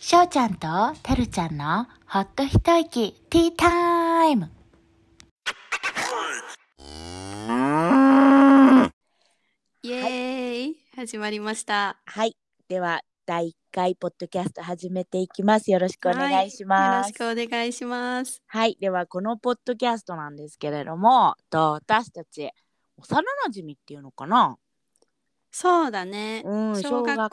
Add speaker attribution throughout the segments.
Speaker 1: しょうちゃんとてるちゃんのほっと一息ティータイム
Speaker 2: イエーイ、始まりました。
Speaker 3: はい。では、第1回ポッドキャスト始めていきます。よろしくお願いします。
Speaker 2: よろしくお願いします。
Speaker 3: はい、ではこのポッドキャストなんですけれども、と私たち幼馴染っていうのかな、
Speaker 2: そうだね。
Speaker 3: うん、
Speaker 2: 小学校
Speaker 3: 小学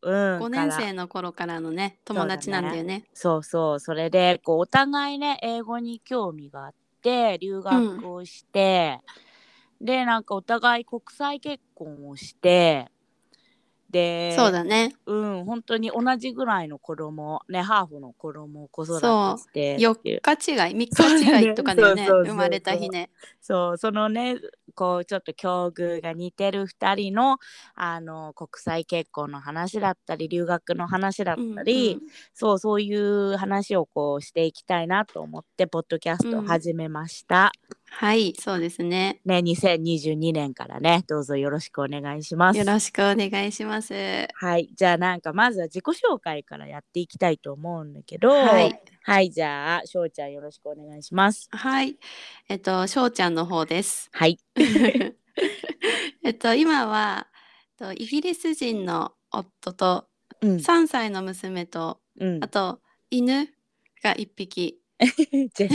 Speaker 2: 五
Speaker 3: うん、
Speaker 2: 年
Speaker 3: から
Speaker 2: 生の頃からのね、友達なんだよね。
Speaker 3: そうそうそれでこうお互いね英語に興味があって留学をして、でなんかお互い国際結婚をしてで
Speaker 2: そうだね。
Speaker 3: うん本当に同じぐらいの子供ねハーフの子供を子育て
Speaker 2: そう
Speaker 3: してっていう
Speaker 2: 四日違い、三日違いとかだよね。
Speaker 3: そうだねそうそうそう
Speaker 2: 生まれた日ね。
Speaker 3: そうそのねこうちょっと境遇が似てる2人のあの国際結婚の話だったり留学の話だったり、
Speaker 2: うんうん
Speaker 3: そうそういう話をこうしていきたいなと思ってポッドキャストを始めました、
Speaker 2: はい、そうですね。
Speaker 3: ね2022年からねどうぞよろしくお願いします
Speaker 2: よろしくお願いします。
Speaker 3: はいじゃあなんかまずは自己紹介からやっていきたいと思うんだけど
Speaker 2: はい、
Speaker 3: はい、じゃあしょうちゃんよろしくお願いします
Speaker 2: はい、えっと、しょうちゃんの方です。
Speaker 3: はい
Speaker 2: えっと今はえっとイギリス人の夫と
Speaker 3: うん
Speaker 2: 3歳の娘と、
Speaker 3: うん
Speaker 2: あと犬が1匹
Speaker 3: ジェス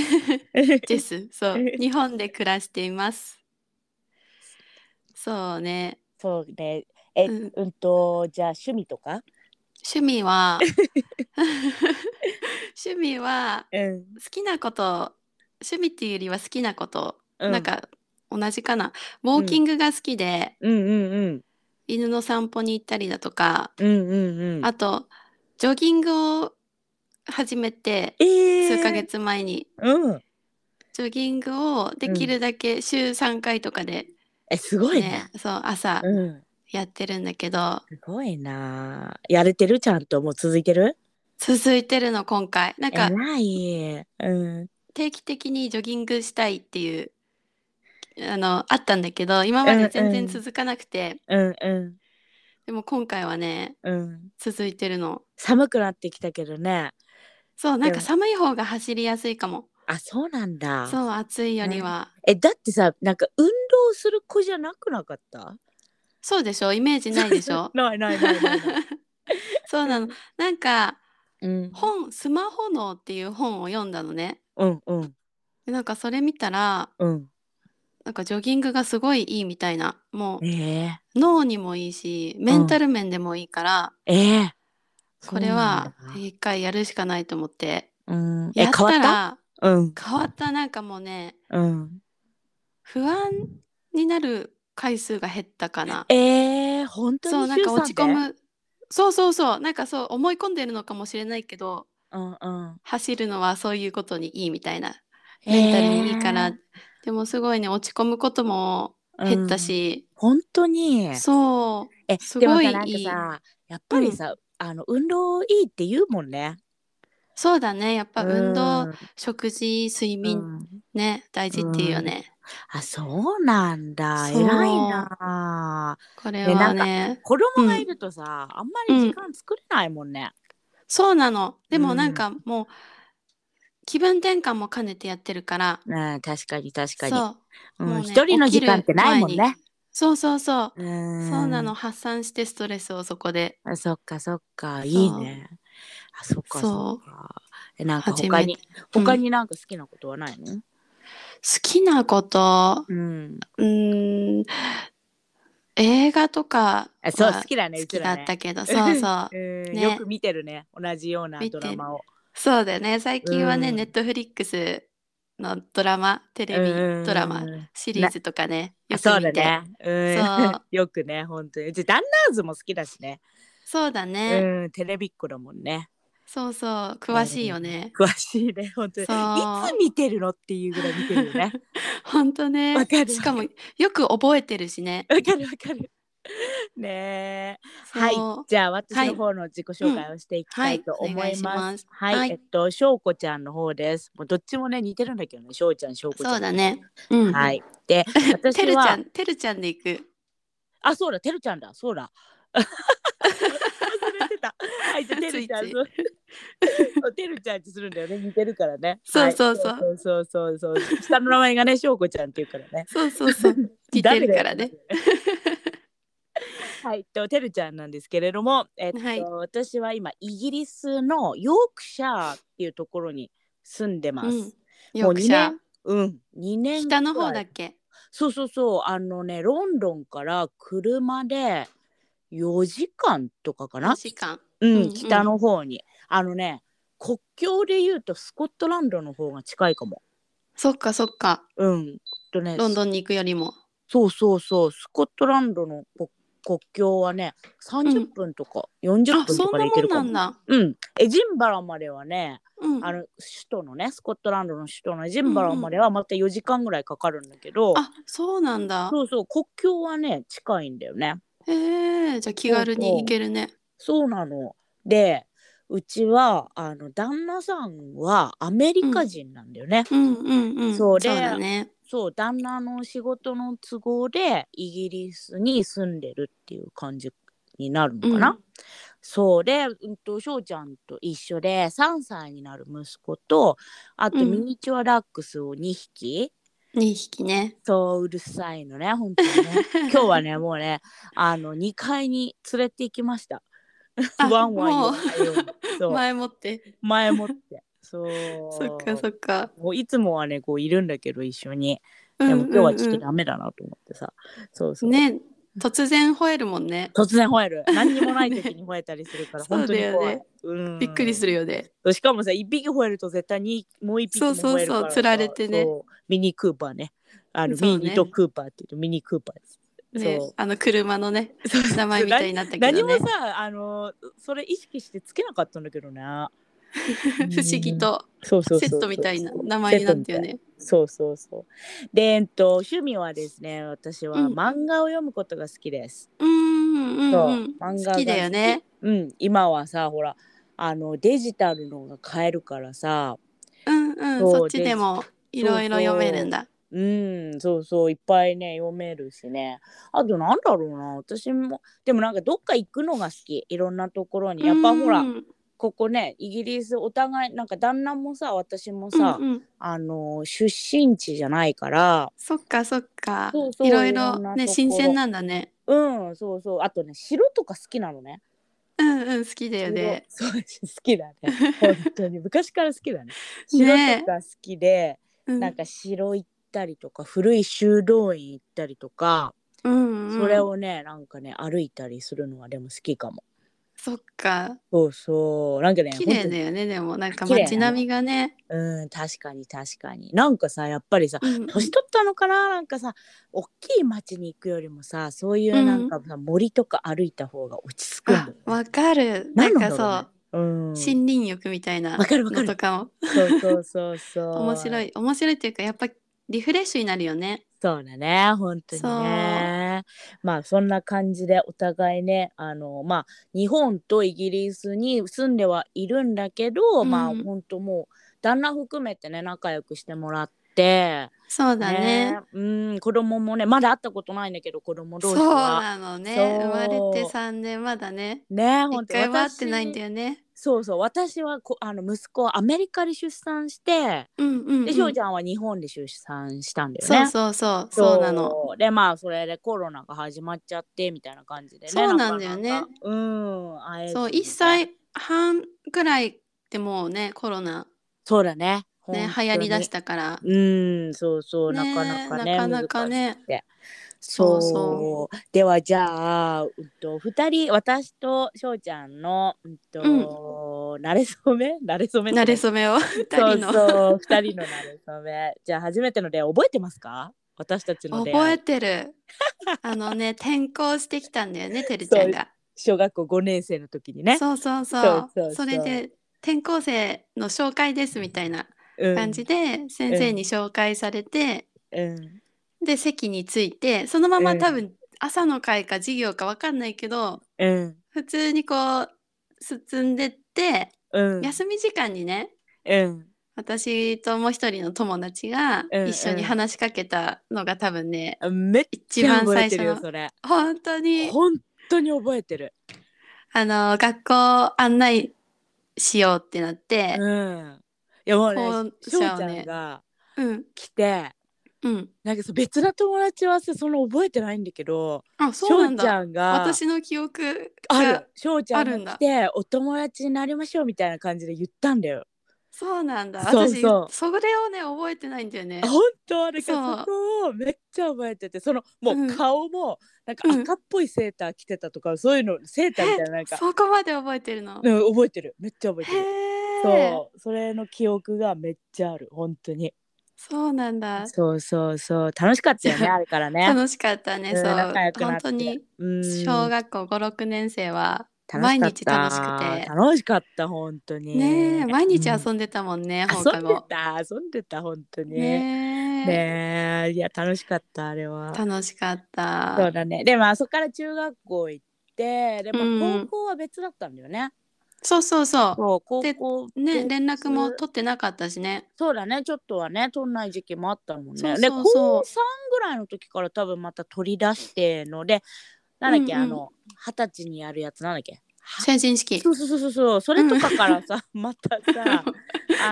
Speaker 2: ジェ スそう日本で暮らしていますそうね
Speaker 3: そうね。え、
Speaker 2: うん
Speaker 3: うんと、じゃあ趣味とか。
Speaker 2: 趣味 は趣味は
Speaker 3: うん。
Speaker 2: 好きなこと趣味っていうよりは好きなこと、なん。か同じかなウォーキングが好きで、
Speaker 3: うんうんうん。
Speaker 2: 犬の散歩に行ったりだとか
Speaker 3: うんうんうん。
Speaker 2: あとジョギングを始めて
Speaker 3: えー
Speaker 2: 数ヶ。月前に、
Speaker 3: うん。
Speaker 2: ジョギングをできるだけ週3回とかで、
Speaker 3: え、すごいね
Speaker 2: ね。そう朝
Speaker 3: うん。
Speaker 2: やってるんだけど、
Speaker 3: すごいな。やれてるちゃんともう続いてる。
Speaker 2: 続いてるの今回なんか
Speaker 3: 偉い。うん。
Speaker 2: 定期的にジョギングしたいっていうあのあったんだけど今まで全
Speaker 3: うんう
Speaker 2: 然
Speaker 3: ん
Speaker 2: 続かなくて、
Speaker 3: うんう
Speaker 2: でも今回はね
Speaker 3: ん。うん。
Speaker 2: 続いてるの
Speaker 3: 寒くなってきたけどね。
Speaker 2: そうなん
Speaker 3: で
Speaker 2: か
Speaker 3: も
Speaker 2: 寒い方が走りやすいかも
Speaker 3: あ、そうなんだ。
Speaker 2: そう暑いよりは、
Speaker 3: え、だってさ、なんか運動する子じゃなくなかった。
Speaker 2: そうでしょイメージないでしょ
Speaker 3: ないないないないない。
Speaker 2: そうなのなんか
Speaker 3: うん。
Speaker 2: 本「スマホ脳」っていう本を読んだのね
Speaker 3: うんうん。
Speaker 2: でなんかそれ見たら
Speaker 3: うん。
Speaker 2: なんかジョギングがすごいいいみたいなもう
Speaker 3: ええ。
Speaker 2: 脳にもいいしメンタル面でもいいから、
Speaker 3: ええ。
Speaker 2: これは
Speaker 3: そうなんだ
Speaker 2: 一回やるしかないと思って
Speaker 3: うん、え
Speaker 2: や
Speaker 3: 変
Speaker 2: っ
Speaker 3: わったた
Speaker 2: ら
Speaker 3: うん
Speaker 2: 変わったなんかもうね
Speaker 3: うん
Speaker 2: 不安になる回数が減ったかな
Speaker 3: えー、本当に
Speaker 2: そうなんか
Speaker 3: 週
Speaker 2: 落ち込むそうそうそうなんかそう思い込んでるのかもしれないけど
Speaker 3: 三でうんうん
Speaker 2: 走るのはそういうことにいいみたいな
Speaker 3: えー
Speaker 2: メンタルにいいから、でもすごいね落ち込むことも減ったし、
Speaker 3: 本当に
Speaker 2: そう
Speaker 3: え
Speaker 2: す
Speaker 3: でも
Speaker 2: ご
Speaker 3: さ
Speaker 2: い
Speaker 3: なんか
Speaker 2: いい
Speaker 3: さやっぱりさ、あの運動いいって言うもんね
Speaker 2: そうだねやっぱ運動、
Speaker 3: うん
Speaker 2: 食事睡眠、
Speaker 3: うん
Speaker 2: ね大事っていうよね、
Speaker 3: あそうなんだ
Speaker 2: そう
Speaker 3: 偉いな
Speaker 2: これ
Speaker 3: ねな
Speaker 2: は
Speaker 3: んか
Speaker 2: ね
Speaker 3: 子供がいるとさ、あんまり時間作れないもんね、
Speaker 2: そうなので
Speaker 3: う
Speaker 2: も
Speaker 3: ん
Speaker 2: なんかもう気分転換も兼ねてやってるから
Speaker 3: うん、確かに確かに
Speaker 2: そう
Speaker 3: う
Speaker 2: もうんね
Speaker 3: 一、人の時間ってないもんね
Speaker 2: そうそうそう、
Speaker 3: うん
Speaker 2: そうなの発散してストレスをそこで
Speaker 3: あそっかそっかいいねあそっかそ
Speaker 2: そ
Speaker 3: っかえなんか
Speaker 2: 初
Speaker 3: 他
Speaker 2: め
Speaker 3: に
Speaker 2: てうん
Speaker 3: 他になんか好きなことはないの
Speaker 2: 好きなこと
Speaker 3: うん
Speaker 2: うーん映画とか
Speaker 3: あそう
Speaker 2: は
Speaker 3: 好きだね
Speaker 2: 好
Speaker 3: う
Speaker 2: き
Speaker 3: ち
Speaker 2: だ
Speaker 3: ら
Speaker 2: っ
Speaker 3: ね
Speaker 2: たけど、そうそう
Speaker 3: うん
Speaker 2: ね
Speaker 3: よく見てるね同じような
Speaker 2: 見て
Speaker 3: ドラマを
Speaker 2: そうだよね最近はね、
Speaker 3: うん
Speaker 2: ネットフリックスのドラマテレビドラマ
Speaker 3: うん
Speaker 2: シリーズとかね
Speaker 3: あ
Speaker 2: よ
Speaker 3: そう
Speaker 2: く
Speaker 3: だ
Speaker 2: 見て
Speaker 3: ねうん
Speaker 2: そう
Speaker 3: よくね本当にうちダンナーズも好きだしね
Speaker 2: そうだね、
Speaker 3: うんテレビっ子だもんね
Speaker 2: そうそう詳しいよね、
Speaker 3: 詳しいね本当にい
Speaker 2: そう
Speaker 3: つ見てるのっていうぐらい見てる よね
Speaker 2: ほんとね
Speaker 3: わかる
Speaker 2: しかもよく覚えてるしね
Speaker 3: わかるわかるねえはい
Speaker 2: そう
Speaker 3: じゃあ私の方の自己紹介をしていきたいと思い
Speaker 2: うんはいお願
Speaker 3: ま
Speaker 2: いしますす。
Speaker 3: はい、
Speaker 2: はい
Speaker 3: えっと、しょうこちゃんの方です。もうどっちもね、似てるんだけどね、しょうちゃん、しょうこちゃん。
Speaker 2: そうだ。ねうん、
Speaker 3: はい。 で、私
Speaker 2: て
Speaker 3: は。
Speaker 2: るちゃんてるちゃんで行く
Speaker 3: あ、そうだ、てるちゃんだ、そうだ。忘れてた。はい、じゃあ、てるちゃん。
Speaker 2: つい
Speaker 3: そうそう てるちゃんってするんだよね。似てるからね。
Speaker 2: そうそうそう
Speaker 3: はいそうそうそうそう。下の名前がね、しょうこちゃんっていうからね。
Speaker 2: そうそう そう。似てるからね。
Speaker 3: はい、えっと、てるちゃんなんですけれども、えっと、
Speaker 2: はい
Speaker 3: 私は今イギリスのヨークシャーっていうところに住んでま
Speaker 2: う
Speaker 3: す。
Speaker 2: ん。よくしゃ。
Speaker 3: うん、2年
Speaker 2: 北の方
Speaker 3: くら
Speaker 2: だ
Speaker 3: い
Speaker 2: っけ。
Speaker 3: そうそうそう、あのね、ロンドンから車で4時間とかかな。
Speaker 2: 時間。
Speaker 3: うん、
Speaker 2: うんうん
Speaker 3: 北の方に、あのね、国境で言うとスコットランドの方が近いかも。
Speaker 2: そっかそっか。
Speaker 3: うん、えっとね、
Speaker 2: ロンドンに行くよりも。
Speaker 3: そうそうそう、スコットランドの国国境はね、30分とか40
Speaker 2: あ、
Speaker 3: 分と
Speaker 2: そ
Speaker 3: か
Speaker 2: んな
Speaker 3: で行
Speaker 2: も
Speaker 3: ける
Speaker 2: ん
Speaker 3: か
Speaker 2: な
Speaker 3: も。
Speaker 2: んだ。
Speaker 3: うん、エジンバラまではね、
Speaker 2: うん。
Speaker 3: あの首都のねスコットランドの首都のエジンバラまではまた4時間ぐらいかかるんだけど、
Speaker 2: あ、そうなんだ。
Speaker 3: そうそう国境はね近いんだよね。
Speaker 2: へえ、じゃあ気軽に行けるね。
Speaker 3: そうなの。でうちはあの旦那さんはアメリカ人なんだよね。
Speaker 2: うんうんうん。
Speaker 3: そうで
Speaker 2: だね。
Speaker 3: そう旦那の仕事の都合でイギリスに住んでるっていう感じになるのかな。
Speaker 2: うん
Speaker 3: そうで、うん、と翔ちゃんと一緒で3歳になる息子とあと
Speaker 2: うん
Speaker 3: ミニチュアダックスを2匹、
Speaker 2: 二匹ね。
Speaker 3: そううるさいのね 本当にね今日はねもうねあの2階に連れて行きました
Speaker 2: あ
Speaker 3: ワンワン言
Speaker 2: も
Speaker 3: わ
Speaker 2: う
Speaker 3: ないようにそう前
Speaker 2: 前もって。
Speaker 3: もってそう
Speaker 2: そっかそっか。
Speaker 3: もういつもはねこういるんだけど一緒に
Speaker 2: で
Speaker 3: でも今日はちょっとダメだなと思ってさ、そうそう、
Speaker 2: ね、突然吠えるもんね。
Speaker 3: 突然吠える何にもない時に吠えたりするから
Speaker 2: そう
Speaker 3: 本当に
Speaker 2: だよ
Speaker 3: 怖い、
Speaker 2: ね
Speaker 3: うん
Speaker 2: びっくりするよね。
Speaker 3: しかもさ1匹吠えると絶対にもう1匹も
Speaker 2: そうそうそう
Speaker 3: 吠えるからさ
Speaker 2: 釣られてね
Speaker 3: そうミニクーパーねあの、
Speaker 2: そうね
Speaker 3: ミニとクーパーって言うとミニクーパーです
Speaker 2: ね
Speaker 3: そう、
Speaker 2: あの車の ね、名前みたいになったけ
Speaker 3: 何
Speaker 2: ど
Speaker 3: も
Speaker 2: ね。
Speaker 3: さあのそれ意識してつけなかったんだけどな
Speaker 2: 不思議と
Speaker 3: そうそうそう
Speaker 2: セットみたいな名前になったよね。
Speaker 3: そうそうそうでえっと趣味はですね私は
Speaker 2: うん
Speaker 3: 漫画を読むことが好きです、
Speaker 2: うーんうん
Speaker 3: そ
Speaker 2: う
Speaker 3: う
Speaker 2: ん。
Speaker 3: 漫画
Speaker 2: 好きだよね。
Speaker 3: うん今はさほらあのデジタルのが買えるからさ
Speaker 2: うんうん。
Speaker 3: そう
Speaker 2: そっちでもいろいろ読めるんだ。
Speaker 3: うんそうそういっぱいね読めるしねあとなんだろうな私もでもなんかどっか行くのが好きいろんなところにやっぱほ
Speaker 2: う
Speaker 3: ら
Speaker 2: ん
Speaker 3: ここねイギリスお互いなんか旦那もさ私
Speaker 2: う
Speaker 3: も
Speaker 2: ん
Speaker 3: さ、
Speaker 2: うん。
Speaker 3: あの出身地じゃないから
Speaker 2: そっかそっか
Speaker 3: そう。そう
Speaker 2: いろい
Speaker 3: いろ
Speaker 2: ろ
Speaker 3: んなとこ
Speaker 2: ね
Speaker 3: ろ
Speaker 2: 新鮮なんだね。
Speaker 3: うんそうそうあとね城とか好きなのね
Speaker 2: うんうん好きだよね。
Speaker 3: 城そう好 きだね本当に昔から好きだね城
Speaker 2: ねえ
Speaker 3: とか好きで、
Speaker 2: うん
Speaker 3: なんか城行ったりとか古い修道院行ったりとか、
Speaker 2: うんうん
Speaker 3: それをねなんかね歩いたりするのはでも好きかも
Speaker 2: そっか
Speaker 3: そうそうなんかね
Speaker 2: 綺麗
Speaker 3: 本当
Speaker 2: だ
Speaker 3: に
Speaker 2: よねでもなんか
Speaker 3: 綺麗だね
Speaker 2: 街並みがね。
Speaker 3: うん確かに確かになんかさやっぱりさ
Speaker 2: うん
Speaker 3: 年取ったのかななんかさ大きい町に行くよりもさそういうなんかさ、森とか歩いた方が落ち着くんだ
Speaker 2: あ
Speaker 3: よ、ね
Speaker 2: わかる。な
Speaker 3: 何
Speaker 2: ん
Speaker 3: なんだ
Speaker 2: か
Speaker 3: ろうね
Speaker 2: そう。
Speaker 3: うん、そう
Speaker 2: 森林浴みたいな
Speaker 3: わかるわかる
Speaker 2: のとかも
Speaker 3: そうそうそう
Speaker 2: 面白い面白いっていうかやっぱリフレッシュになるよね
Speaker 3: そうだね本当にねまあそんな感じでお互いねあのまあ日本とイギリスに住んではいるんだけど、
Speaker 2: うん
Speaker 3: まあ本当もう旦那含めてね仲良くしてもらって
Speaker 2: そうだね
Speaker 3: うん子供もねまだ会ったことないんだけど子供同
Speaker 2: そう
Speaker 3: 士は
Speaker 2: なのね
Speaker 3: そ
Speaker 2: 生
Speaker 3: う
Speaker 2: まれて3年まだね
Speaker 3: ね
Speaker 2: 一
Speaker 3: 本当
Speaker 2: 回は会ってないんだ
Speaker 3: よ
Speaker 2: よね
Speaker 3: そうそう私はこあの息子をアメリカで出産して
Speaker 2: うんうん、うん、
Speaker 3: で翔、うちゃんは日本で出産したんだよ
Speaker 2: そう
Speaker 3: ね。
Speaker 2: そうそうそうなの
Speaker 3: そうでまあそれでコロナが始まっちゃってみたいな感じでね
Speaker 2: そうなんだよね
Speaker 3: かなかうん会えずに
Speaker 2: そう1歳半くらいでもうねコロナ
Speaker 3: そうだね
Speaker 2: ね
Speaker 3: 本当
Speaker 2: 流
Speaker 3: に
Speaker 2: 行りだしたから
Speaker 3: うんそうそう、なかなかね
Speaker 2: なかなか
Speaker 3: 難しい
Speaker 2: ね
Speaker 3: そう
Speaker 2: そうそ
Speaker 3: ではじゃあ、うんと、2人私と翔ちゃんの、うんと慣れ初め慣れ初めって
Speaker 2: 慣れ初めを2人の
Speaker 3: そうそう2人のなれそめじゃあ初めてので覚えてますか私たちの出
Speaker 2: 覚
Speaker 3: 会
Speaker 2: え
Speaker 3: い
Speaker 2: てるあの ね転校してきたんだよねてるちゃんが
Speaker 3: 小学校5年生の時にね
Speaker 2: そうそうそう
Speaker 3: そ
Speaker 2: そ
Speaker 3: うそうそう
Speaker 2: れで転校生の紹介ですみたいな
Speaker 3: うん
Speaker 2: 感じで、先生に紹介されて、
Speaker 3: うん
Speaker 2: で席に着いてそのま
Speaker 3: う
Speaker 2: ま
Speaker 3: ん
Speaker 2: 多分朝の会か授業か分かんないけど
Speaker 3: うん
Speaker 2: 普通にこう進んでって、
Speaker 3: うん
Speaker 2: 休み時間にね
Speaker 3: うん
Speaker 2: 私ともう一人の友達が
Speaker 3: うん
Speaker 2: 一緒
Speaker 3: うん
Speaker 2: に話しかけたのが多分ね、
Speaker 3: めっちゃ覚えてるよ
Speaker 2: 一番最初の
Speaker 3: それ
Speaker 2: 本当に
Speaker 3: 本当に覚えてる
Speaker 2: あの学校案内しようってなって、
Speaker 3: うん。いやもうね
Speaker 2: ほん、
Speaker 3: しょうちゃ
Speaker 2: そうね
Speaker 3: んが
Speaker 2: うん、
Speaker 3: 来て、
Speaker 2: うん。
Speaker 3: なんかさ別な友達はさその覚えてないんだけど、
Speaker 2: あ、
Speaker 3: し
Speaker 2: そう
Speaker 3: ょ
Speaker 2: な
Speaker 3: うんち
Speaker 2: だ。
Speaker 3: ゃんが
Speaker 2: 私の記憶
Speaker 3: あ
Speaker 2: が
Speaker 3: る、しょうちゃ
Speaker 2: ある
Speaker 3: ん
Speaker 2: ん
Speaker 3: が
Speaker 2: だ
Speaker 3: 来てお友達になりましょうみたいな感じで言ったんだよ。
Speaker 2: そうなんだ。
Speaker 3: そう
Speaker 2: 私、
Speaker 3: そう
Speaker 2: それをね、覚えてないんだよね。
Speaker 3: 本当あれ
Speaker 2: そう
Speaker 3: がそこをめっちゃ覚えててそのも
Speaker 2: う
Speaker 3: うん顔もなんか赤っぽいセーター着てたとか、そういうのセーターみたいななんか、
Speaker 2: そこまで覚えてるの。
Speaker 3: うん、覚えてるめっちゃ覚えてる。
Speaker 2: へえ。
Speaker 3: そうそれの記憶がめっちゃある本当に
Speaker 2: そうなんだ。
Speaker 3: そうそうそう楽しかったよ
Speaker 2: じ
Speaker 3: ね
Speaker 2: ゃあ
Speaker 3: あれからね
Speaker 2: 楽しかったね。
Speaker 3: う
Speaker 2: そ
Speaker 3: ん
Speaker 2: う。
Speaker 3: 仲良くな
Speaker 2: 本
Speaker 3: って
Speaker 2: 当に
Speaker 3: うん
Speaker 2: 小学校5、6年生は
Speaker 3: 楽
Speaker 2: 毎
Speaker 3: しかっ
Speaker 2: 日
Speaker 3: た
Speaker 2: 楽しくて。
Speaker 3: 楽しかった本当に
Speaker 2: ねえ、毎日遊
Speaker 3: うん
Speaker 2: でたもんね、
Speaker 3: ん
Speaker 2: 放
Speaker 3: 遊
Speaker 2: 課
Speaker 3: んで
Speaker 2: 後。
Speaker 3: た遊んでた本当にね
Speaker 2: ねえ。
Speaker 3: えいや楽しかったあれは
Speaker 2: 楽しかっ
Speaker 3: そう
Speaker 2: た。
Speaker 3: だねでもあそこから中学校行ってで
Speaker 2: う
Speaker 3: も
Speaker 2: ん
Speaker 3: 高校は別だったんだよね、
Speaker 2: そうそうそ
Speaker 3: そう高
Speaker 2: で
Speaker 3: 校
Speaker 2: う。ね、連絡も
Speaker 3: 別
Speaker 2: 取ってなかったしね。
Speaker 3: そうだねちょっとはね取んない時期もあったもんね
Speaker 2: そうそう
Speaker 3: で
Speaker 2: そう
Speaker 3: 高3ぐらいの時から多分また取り出してのでなんだっけ、
Speaker 2: うんうん
Speaker 3: あの二十歳にやるやつなんだっけ
Speaker 2: 成人式。
Speaker 3: そうそうそうそうそうそれとかからさ、 また さ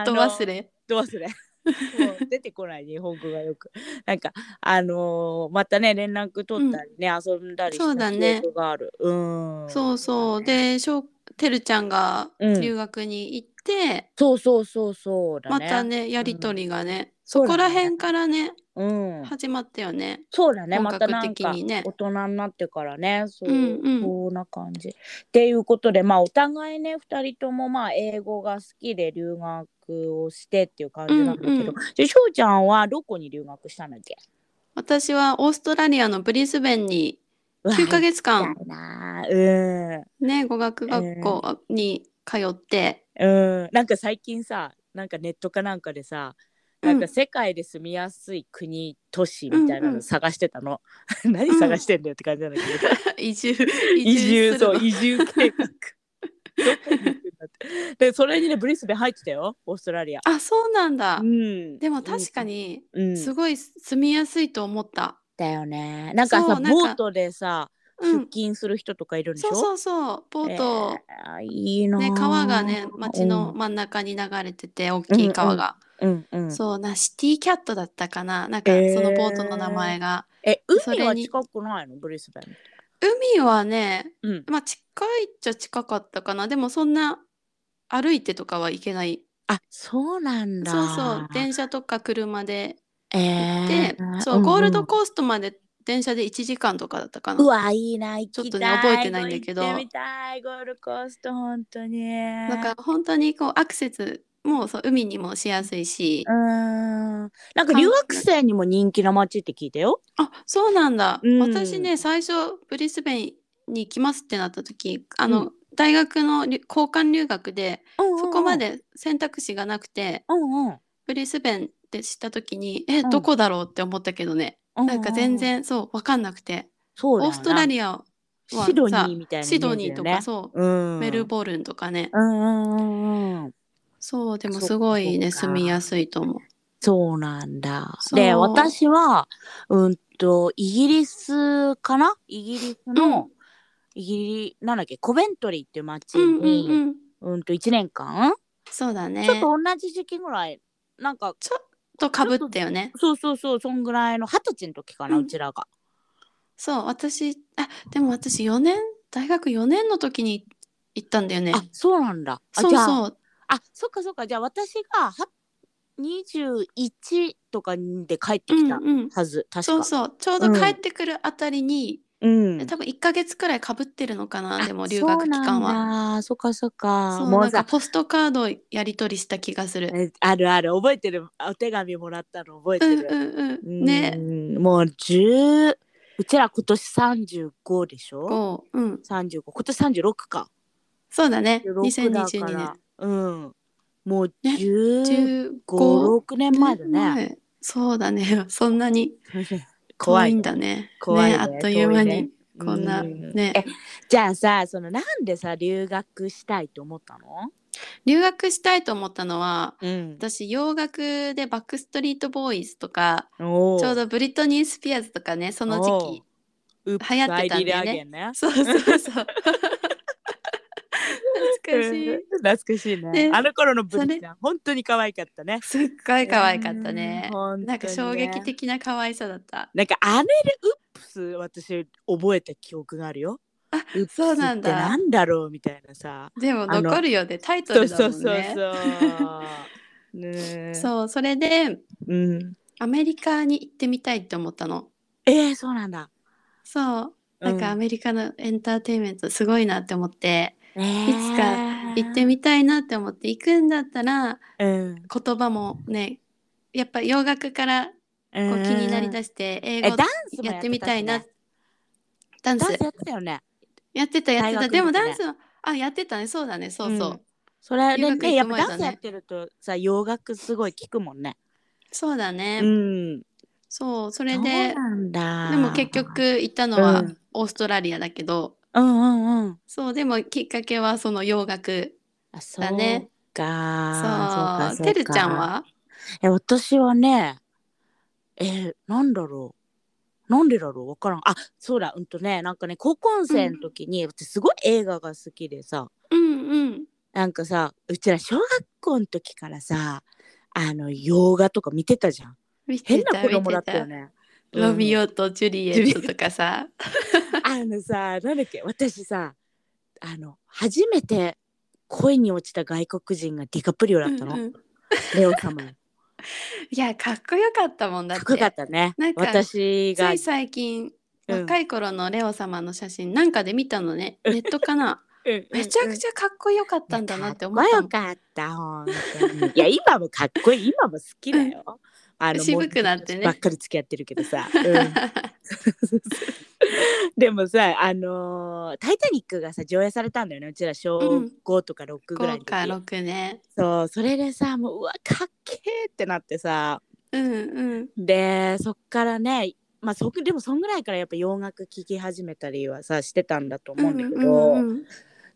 Speaker 3: あ
Speaker 2: と
Speaker 3: の
Speaker 2: 忘れ。
Speaker 3: ど 忘れもう出てこない日本語がよくなんかあのーまたね連絡取ったりね、遊んだり
Speaker 2: そう
Speaker 3: した
Speaker 2: だ
Speaker 3: 記
Speaker 2: ね
Speaker 3: 憶があるうん
Speaker 2: そうそう。で、しょうてるちゃんが
Speaker 3: うん
Speaker 2: 留学に行って、
Speaker 3: そうそうそうそうだ
Speaker 2: ま
Speaker 3: ね
Speaker 2: たね、やりとりがね、
Speaker 3: そ
Speaker 2: そう
Speaker 3: だ
Speaker 2: こ
Speaker 3: ね
Speaker 2: ら辺からね、
Speaker 3: うん
Speaker 2: 始まったよね。
Speaker 3: そうだね
Speaker 2: 本
Speaker 3: ま
Speaker 2: 格
Speaker 3: たなん
Speaker 2: 的
Speaker 3: か
Speaker 2: にね
Speaker 3: 大人になってからねそう、
Speaker 2: うんうん
Speaker 3: こんな感じっていうことでまあお互いね2人ともまあ英語が好きで留学をしてっていう感じなんだけど、
Speaker 2: うんうん
Speaker 3: でしょうちゃんはどこに留学したんだっけ
Speaker 2: 私はオーストラリアのブリスベンに9ヶ月
Speaker 3: 月
Speaker 2: 間、
Speaker 3: なうん
Speaker 2: ね、語学学校に通って、
Speaker 3: うん、なんか最近さなんかネットかなんかでさなんか世界で住みやすい国都市みた
Speaker 2: う
Speaker 3: いな
Speaker 2: んう
Speaker 3: の
Speaker 2: ん
Speaker 3: 探してたの、 何探してんだよって感じなんだけど、
Speaker 2: 移住、
Speaker 3: 移
Speaker 2: す
Speaker 3: 住
Speaker 2: る
Speaker 3: そ
Speaker 2: の
Speaker 3: う移住計画どこに行くんだってでそれにねブリスベン入ってたよオーストラリア
Speaker 2: あ、そうなんだ
Speaker 3: う。ん
Speaker 2: でも確か、に、
Speaker 3: うん、
Speaker 2: すごい住みやすいと思った。
Speaker 3: だよねなんか
Speaker 2: そ
Speaker 3: さ
Speaker 2: うなんか
Speaker 3: ボートでさ
Speaker 2: う
Speaker 3: 出
Speaker 2: ん。
Speaker 3: 勤する人とかいるんでしょ、
Speaker 2: そうそうそう。ボートを、
Speaker 3: えーいいなあ
Speaker 2: ね、川がね、町の、真ん中に流れてて、大きい川が。
Speaker 3: うんうんうん、
Speaker 2: そうな、シティキャットだったかな。なんか、
Speaker 3: えー
Speaker 2: そのボートの名前が。
Speaker 3: え
Speaker 2: そ
Speaker 3: 海
Speaker 2: れ
Speaker 3: は
Speaker 2: に
Speaker 3: 近くないのブリスベン
Speaker 2: 海はね、
Speaker 3: うん
Speaker 2: まあ、近いっちゃ近かったかな。でも、そんな、歩いてとかはいけない。
Speaker 3: あそうなんだ。
Speaker 2: そうそう。電車とか車で
Speaker 3: え
Speaker 2: 行っ
Speaker 3: ー
Speaker 2: て、そう、
Speaker 3: んん
Speaker 2: ゴールドコーストまで電車で1時間とかだったかな。
Speaker 3: うわいいな行きたい
Speaker 2: ちょっとね覚えてないんだけど
Speaker 3: 行ってみたいゴールドコースト本当に
Speaker 2: なんか本当にこうアクセスもそう海にもしやすいし、
Speaker 3: うーんなんか留学生にも人気な街って聞いたよ
Speaker 2: あそうなんだ、
Speaker 3: うん
Speaker 2: 私ね最初ブリスベンに来ますってなった時あの、
Speaker 3: う
Speaker 2: 大学のり交換留学でそ
Speaker 3: そ
Speaker 2: こまで選択肢がなくて
Speaker 3: うんうん
Speaker 2: ブリスベンって知った時にえ
Speaker 3: うん
Speaker 2: どこだろうって思ったけどね、なんか全然そう分かんなくて、
Speaker 3: そうだ
Speaker 2: オー
Speaker 3: よな
Speaker 2: ストラリアはさ
Speaker 3: シドニーみたいなイメ
Speaker 2: シ
Speaker 3: ージだ
Speaker 2: ド
Speaker 3: よね
Speaker 2: ニーとかそう、
Speaker 3: うん
Speaker 2: メルボルンとかね、
Speaker 3: うんうんうんうん
Speaker 2: そうでも
Speaker 3: そっか
Speaker 2: すごいね
Speaker 3: そっか
Speaker 2: 住みやすいと思う。
Speaker 3: そうなんだ。
Speaker 2: そう
Speaker 3: で私はうんとイギリスかなイギリスの、イギリなんだっけコベントリーっていう街
Speaker 2: うんうん
Speaker 3: に、
Speaker 2: うん
Speaker 3: うんと1年間、
Speaker 2: そうだね。
Speaker 3: ちょっと同じ時期ぐらいなんか
Speaker 2: ちょっとかぶったよね。
Speaker 3: そうそうそうそんぐらいの二十歳の時かな、
Speaker 2: う
Speaker 3: うんちらが
Speaker 2: そう、私、あ、でも私4年、大学4年の時に行ったんだよね。
Speaker 3: あそうなんだあ
Speaker 2: そう
Speaker 3: じゃあ
Speaker 2: そう。
Speaker 3: あそっかそっかじゃあ私がは21とかで帰って
Speaker 2: う
Speaker 3: き
Speaker 2: ん
Speaker 3: た
Speaker 2: うん。
Speaker 3: はず、確か
Speaker 2: そうそう。ちょうど帰ってくるあたりに、
Speaker 3: うん
Speaker 2: 多分1ヶ月くらいかぶってるのかな、
Speaker 3: あ
Speaker 2: でも留学期間
Speaker 3: そう
Speaker 2: は。
Speaker 3: なんだそっかそっか
Speaker 2: そう、
Speaker 3: も
Speaker 2: な
Speaker 3: うん
Speaker 2: か
Speaker 3: さ
Speaker 2: ポストカードやり取りした気がする。
Speaker 3: えあるある覚えてるお手紙もらったの覚え
Speaker 2: う
Speaker 3: て
Speaker 2: ん
Speaker 3: る、
Speaker 2: うんう。
Speaker 3: うん
Speaker 2: ね。
Speaker 3: もう10うちら今年35でしょ
Speaker 2: こう、うん。
Speaker 3: 35今年36か
Speaker 2: そうだね。
Speaker 3: 16だ
Speaker 2: 2022
Speaker 3: から
Speaker 2: 年。
Speaker 3: うんもう
Speaker 2: ね
Speaker 3: 1 5
Speaker 2: 15
Speaker 3: 6年前だね
Speaker 2: ね。そうだね。 そんなに
Speaker 3: 怖
Speaker 2: 怖
Speaker 3: い
Speaker 2: い
Speaker 3: ね
Speaker 2: んだね。
Speaker 3: 怖いね
Speaker 2: ねあっという間
Speaker 3: 遠いね
Speaker 2: に。こんな
Speaker 3: う
Speaker 2: ね
Speaker 3: えじゃあさそのなんでさ留学したいと思ったの
Speaker 2: 留学したいと思ったのは
Speaker 3: うん
Speaker 2: 私洋楽でバックストリートボーイズとか
Speaker 3: お
Speaker 2: ちょうどブリトニー・スピアーズとかねその時期流行
Speaker 3: 流
Speaker 2: ってたんだよね
Speaker 3: ね
Speaker 2: そうそうそう懐かしい。
Speaker 3: 懐かしいね
Speaker 2: ね
Speaker 3: あの頃のブリちゃん本当に可愛かったね
Speaker 2: すっごい可愛かったね
Speaker 3: う。本当にね
Speaker 2: なんか衝撃的な可愛さだった。
Speaker 3: なんかアネルウップス私覚えた記憶があるよ
Speaker 2: あ
Speaker 3: ウップス
Speaker 2: そう
Speaker 3: っ
Speaker 2: な
Speaker 3: て
Speaker 2: んだ
Speaker 3: なんだろうみたいなさ
Speaker 2: でも
Speaker 3: あの
Speaker 2: 残るよね。タイト
Speaker 3: そう
Speaker 2: ルだ
Speaker 3: そ
Speaker 2: も
Speaker 3: う
Speaker 2: ね。
Speaker 3: んそうそうねえ
Speaker 2: そう、それで
Speaker 3: うん
Speaker 2: アメリカに行ってみたいって思ったの。
Speaker 3: えー、そうなんだ
Speaker 2: そう。なんかアメリカのエンターテインメントすごいなって思って、
Speaker 3: うんえ
Speaker 2: いつか行ってみたいなって思って行くんだったら
Speaker 3: うん
Speaker 2: 言葉もねやっぱ洋楽から
Speaker 3: う
Speaker 2: こ
Speaker 3: ん
Speaker 2: う気になりだして英
Speaker 3: え
Speaker 2: 語
Speaker 3: ダンスも
Speaker 2: やってみたいな
Speaker 3: って
Speaker 2: ダン
Speaker 3: た
Speaker 2: ス
Speaker 3: しねダンスやってたよね
Speaker 2: やってたやって
Speaker 3: 大
Speaker 2: た
Speaker 3: 学
Speaker 2: でも
Speaker 3: の時ね
Speaker 2: ダンスもあやってたねそうだねそうそう、
Speaker 3: うんそ
Speaker 2: 留
Speaker 3: れで
Speaker 2: 学
Speaker 3: ねや
Speaker 2: 行
Speaker 3: っ
Speaker 2: く前
Speaker 3: ぱダン
Speaker 2: だね
Speaker 3: スやってるとさ洋楽すごい聞くもんね
Speaker 2: そうだね、
Speaker 3: うん
Speaker 2: そうそ
Speaker 3: そ
Speaker 2: れ
Speaker 3: う
Speaker 2: で
Speaker 3: なんだ
Speaker 2: でも結局行ったのは
Speaker 3: うん
Speaker 2: オーストラリアだけど、
Speaker 3: うんうんうん
Speaker 2: そうでもきっかけはその洋楽
Speaker 3: あそう
Speaker 2: だね
Speaker 3: か
Speaker 2: そう
Speaker 3: そう
Speaker 2: て
Speaker 3: か
Speaker 2: るちゃん
Speaker 3: そうか
Speaker 2: は
Speaker 3: え私はねえー、なんだろうなんでだろうわからんあそうだうんとねなんかね高校生の時に、私すごい映画が好きでさ
Speaker 2: うんうん
Speaker 3: なんかさうちら小学校の時からさあの洋画とか見てたじゃん
Speaker 2: 見て
Speaker 3: 変な
Speaker 2: た
Speaker 3: 子
Speaker 2: 見
Speaker 3: 供だ
Speaker 2: て
Speaker 3: ったよ
Speaker 2: た
Speaker 3: ね
Speaker 2: ロ
Speaker 3: うん
Speaker 2: ミオとジュリエットとかさ、
Speaker 3: あのさなんだっけ私さあの初めて恋に落ちた外国人がディカプリオだったの、
Speaker 2: うんうん
Speaker 3: レオ 様の
Speaker 2: いやかっこよかったもんだっ
Speaker 3: かってこよかったね
Speaker 2: なんか
Speaker 3: 私
Speaker 2: つ
Speaker 3: が
Speaker 2: い最近、
Speaker 3: うん
Speaker 2: 若い頃のレオ様の写真なんかで見たのねネットか なめちゃく
Speaker 3: ゃ
Speaker 2: ちゃかっこよかったんだなって思
Speaker 3: か
Speaker 2: った
Speaker 3: っこよ
Speaker 2: もん
Speaker 3: かった本当にいや今もかっこいい今も好きだよあ
Speaker 2: 渋くなってね
Speaker 3: もうばっかり付き合ってるけどさ、うん、でもさあのータイタニック」がさ上映されたんだよねうちら小
Speaker 2: うん
Speaker 3: 5とか6ぐらいの
Speaker 2: 5
Speaker 3: 時、
Speaker 2: か6ね
Speaker 3: そうそれでさもううわかっけーってなってさ
Speaker 2: うんうん
Speaker 3: でそっからねまあそでもそんぐらいからやっぱ洋楽聴き始めたりはさしてたんだと思うんだけど、
Speaker 2: うんうん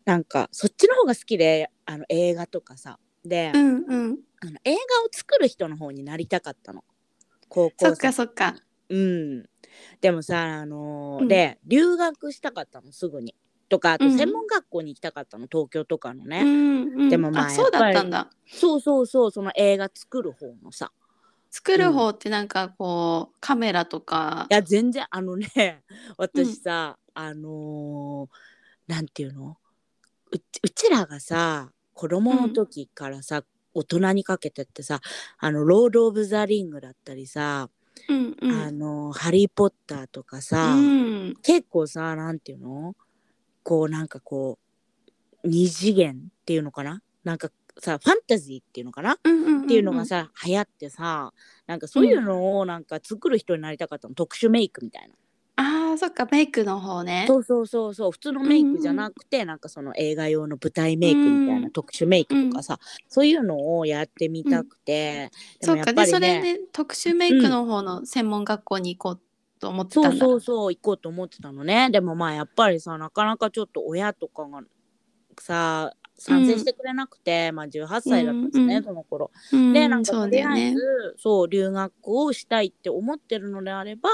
Speaker 3: なんかそっちの方が好きであの映画とかさで、
Speaker 2: うんうん
Speaker 3: あの映画を作る人の方になりたかったの高校
Speaker 2: そっ
Speaker 3: 生
Speaker 2: かそっか
Speaker 3: うんでもさあのー
Speaker 2: うん
Speaker 3: で留学したかったのすぐにとかあと
Speaker 2: うん
Speaker 3: 専門学校に行きたかったの、東京とかのね、
Speaker 2: うんうん
Speaker 3: でもまあ
Speaker 2: あそうだっ
Speaker 3: や
Speaker 2: た
Speaker 3: っぱり
Speaker 2: んだ
Speaker 3: そうそうそうその映画作る方のさ
Speaker 2: 作る方ってなんかこうカメラとか
Speaker 3: いや全然あのね私さ、あのーなんていうのうちうちらがさ子供の時からさ、大人にかけてってさあの「ロード・オブ・ザ・リング」だったりさ、
Speaker 2: うんう
Speaker 3: あ
Speaker 2: ん
Speaker 3: のハリー・ポッター」とかさ、
Speaker 2: うん
Speaker 3: 結構さなんていうのこうなんかこう二次元っていうのかななんかさファンタジーっていうのかな
Speaker 2: うんうん
Speaker 3: っていうのがさ、流行ってさなんかそういうのをなんか作る人になりたかったの、特殊メイクみたいな。
Speaker 2: あーそっかメイクの方ね
Speaker 3: そうそうそうそう普通のメイクじゃなくて、なんかその映画用の舞台メイクみたいな、
Speaker 2: うん
Speaker 3: 特殊メイクとかさ、そういうのをやってみたくて、で
Speaker 2: そ
Speaker 3: も
Speaker 2: っ
Speaker 3: や
Speaker 2: か
Speaker 3: っぱ
Speaker 2: で
Speaker 3: りね
Speaker 2: それで特殊メイクの方の専門学校に行こうと思ってた
Speaker 3: そうん
Speaker 2: だ
Speaker 3: そうそう行こうと思ってたのねでもまあやっぱりさなかなかちょっと親とかがさ賛成してくれなくて、まあ18歳だったんです
Speaker 2: うん
Speaker 3: ね、
Speaker 2: うん
Speaker 3: その頃。
Speaker 2: うん
Speaker 3: でなん
Speaker 2: そ
Speaker 3: かと
Speaker 2: うだ
Speaker 3: り
Speaker 2: よ
Speaker 3: あえ
Speaker 2: ね
Speaker 3: ずそう,、留学をしたいって思ってるのであれば、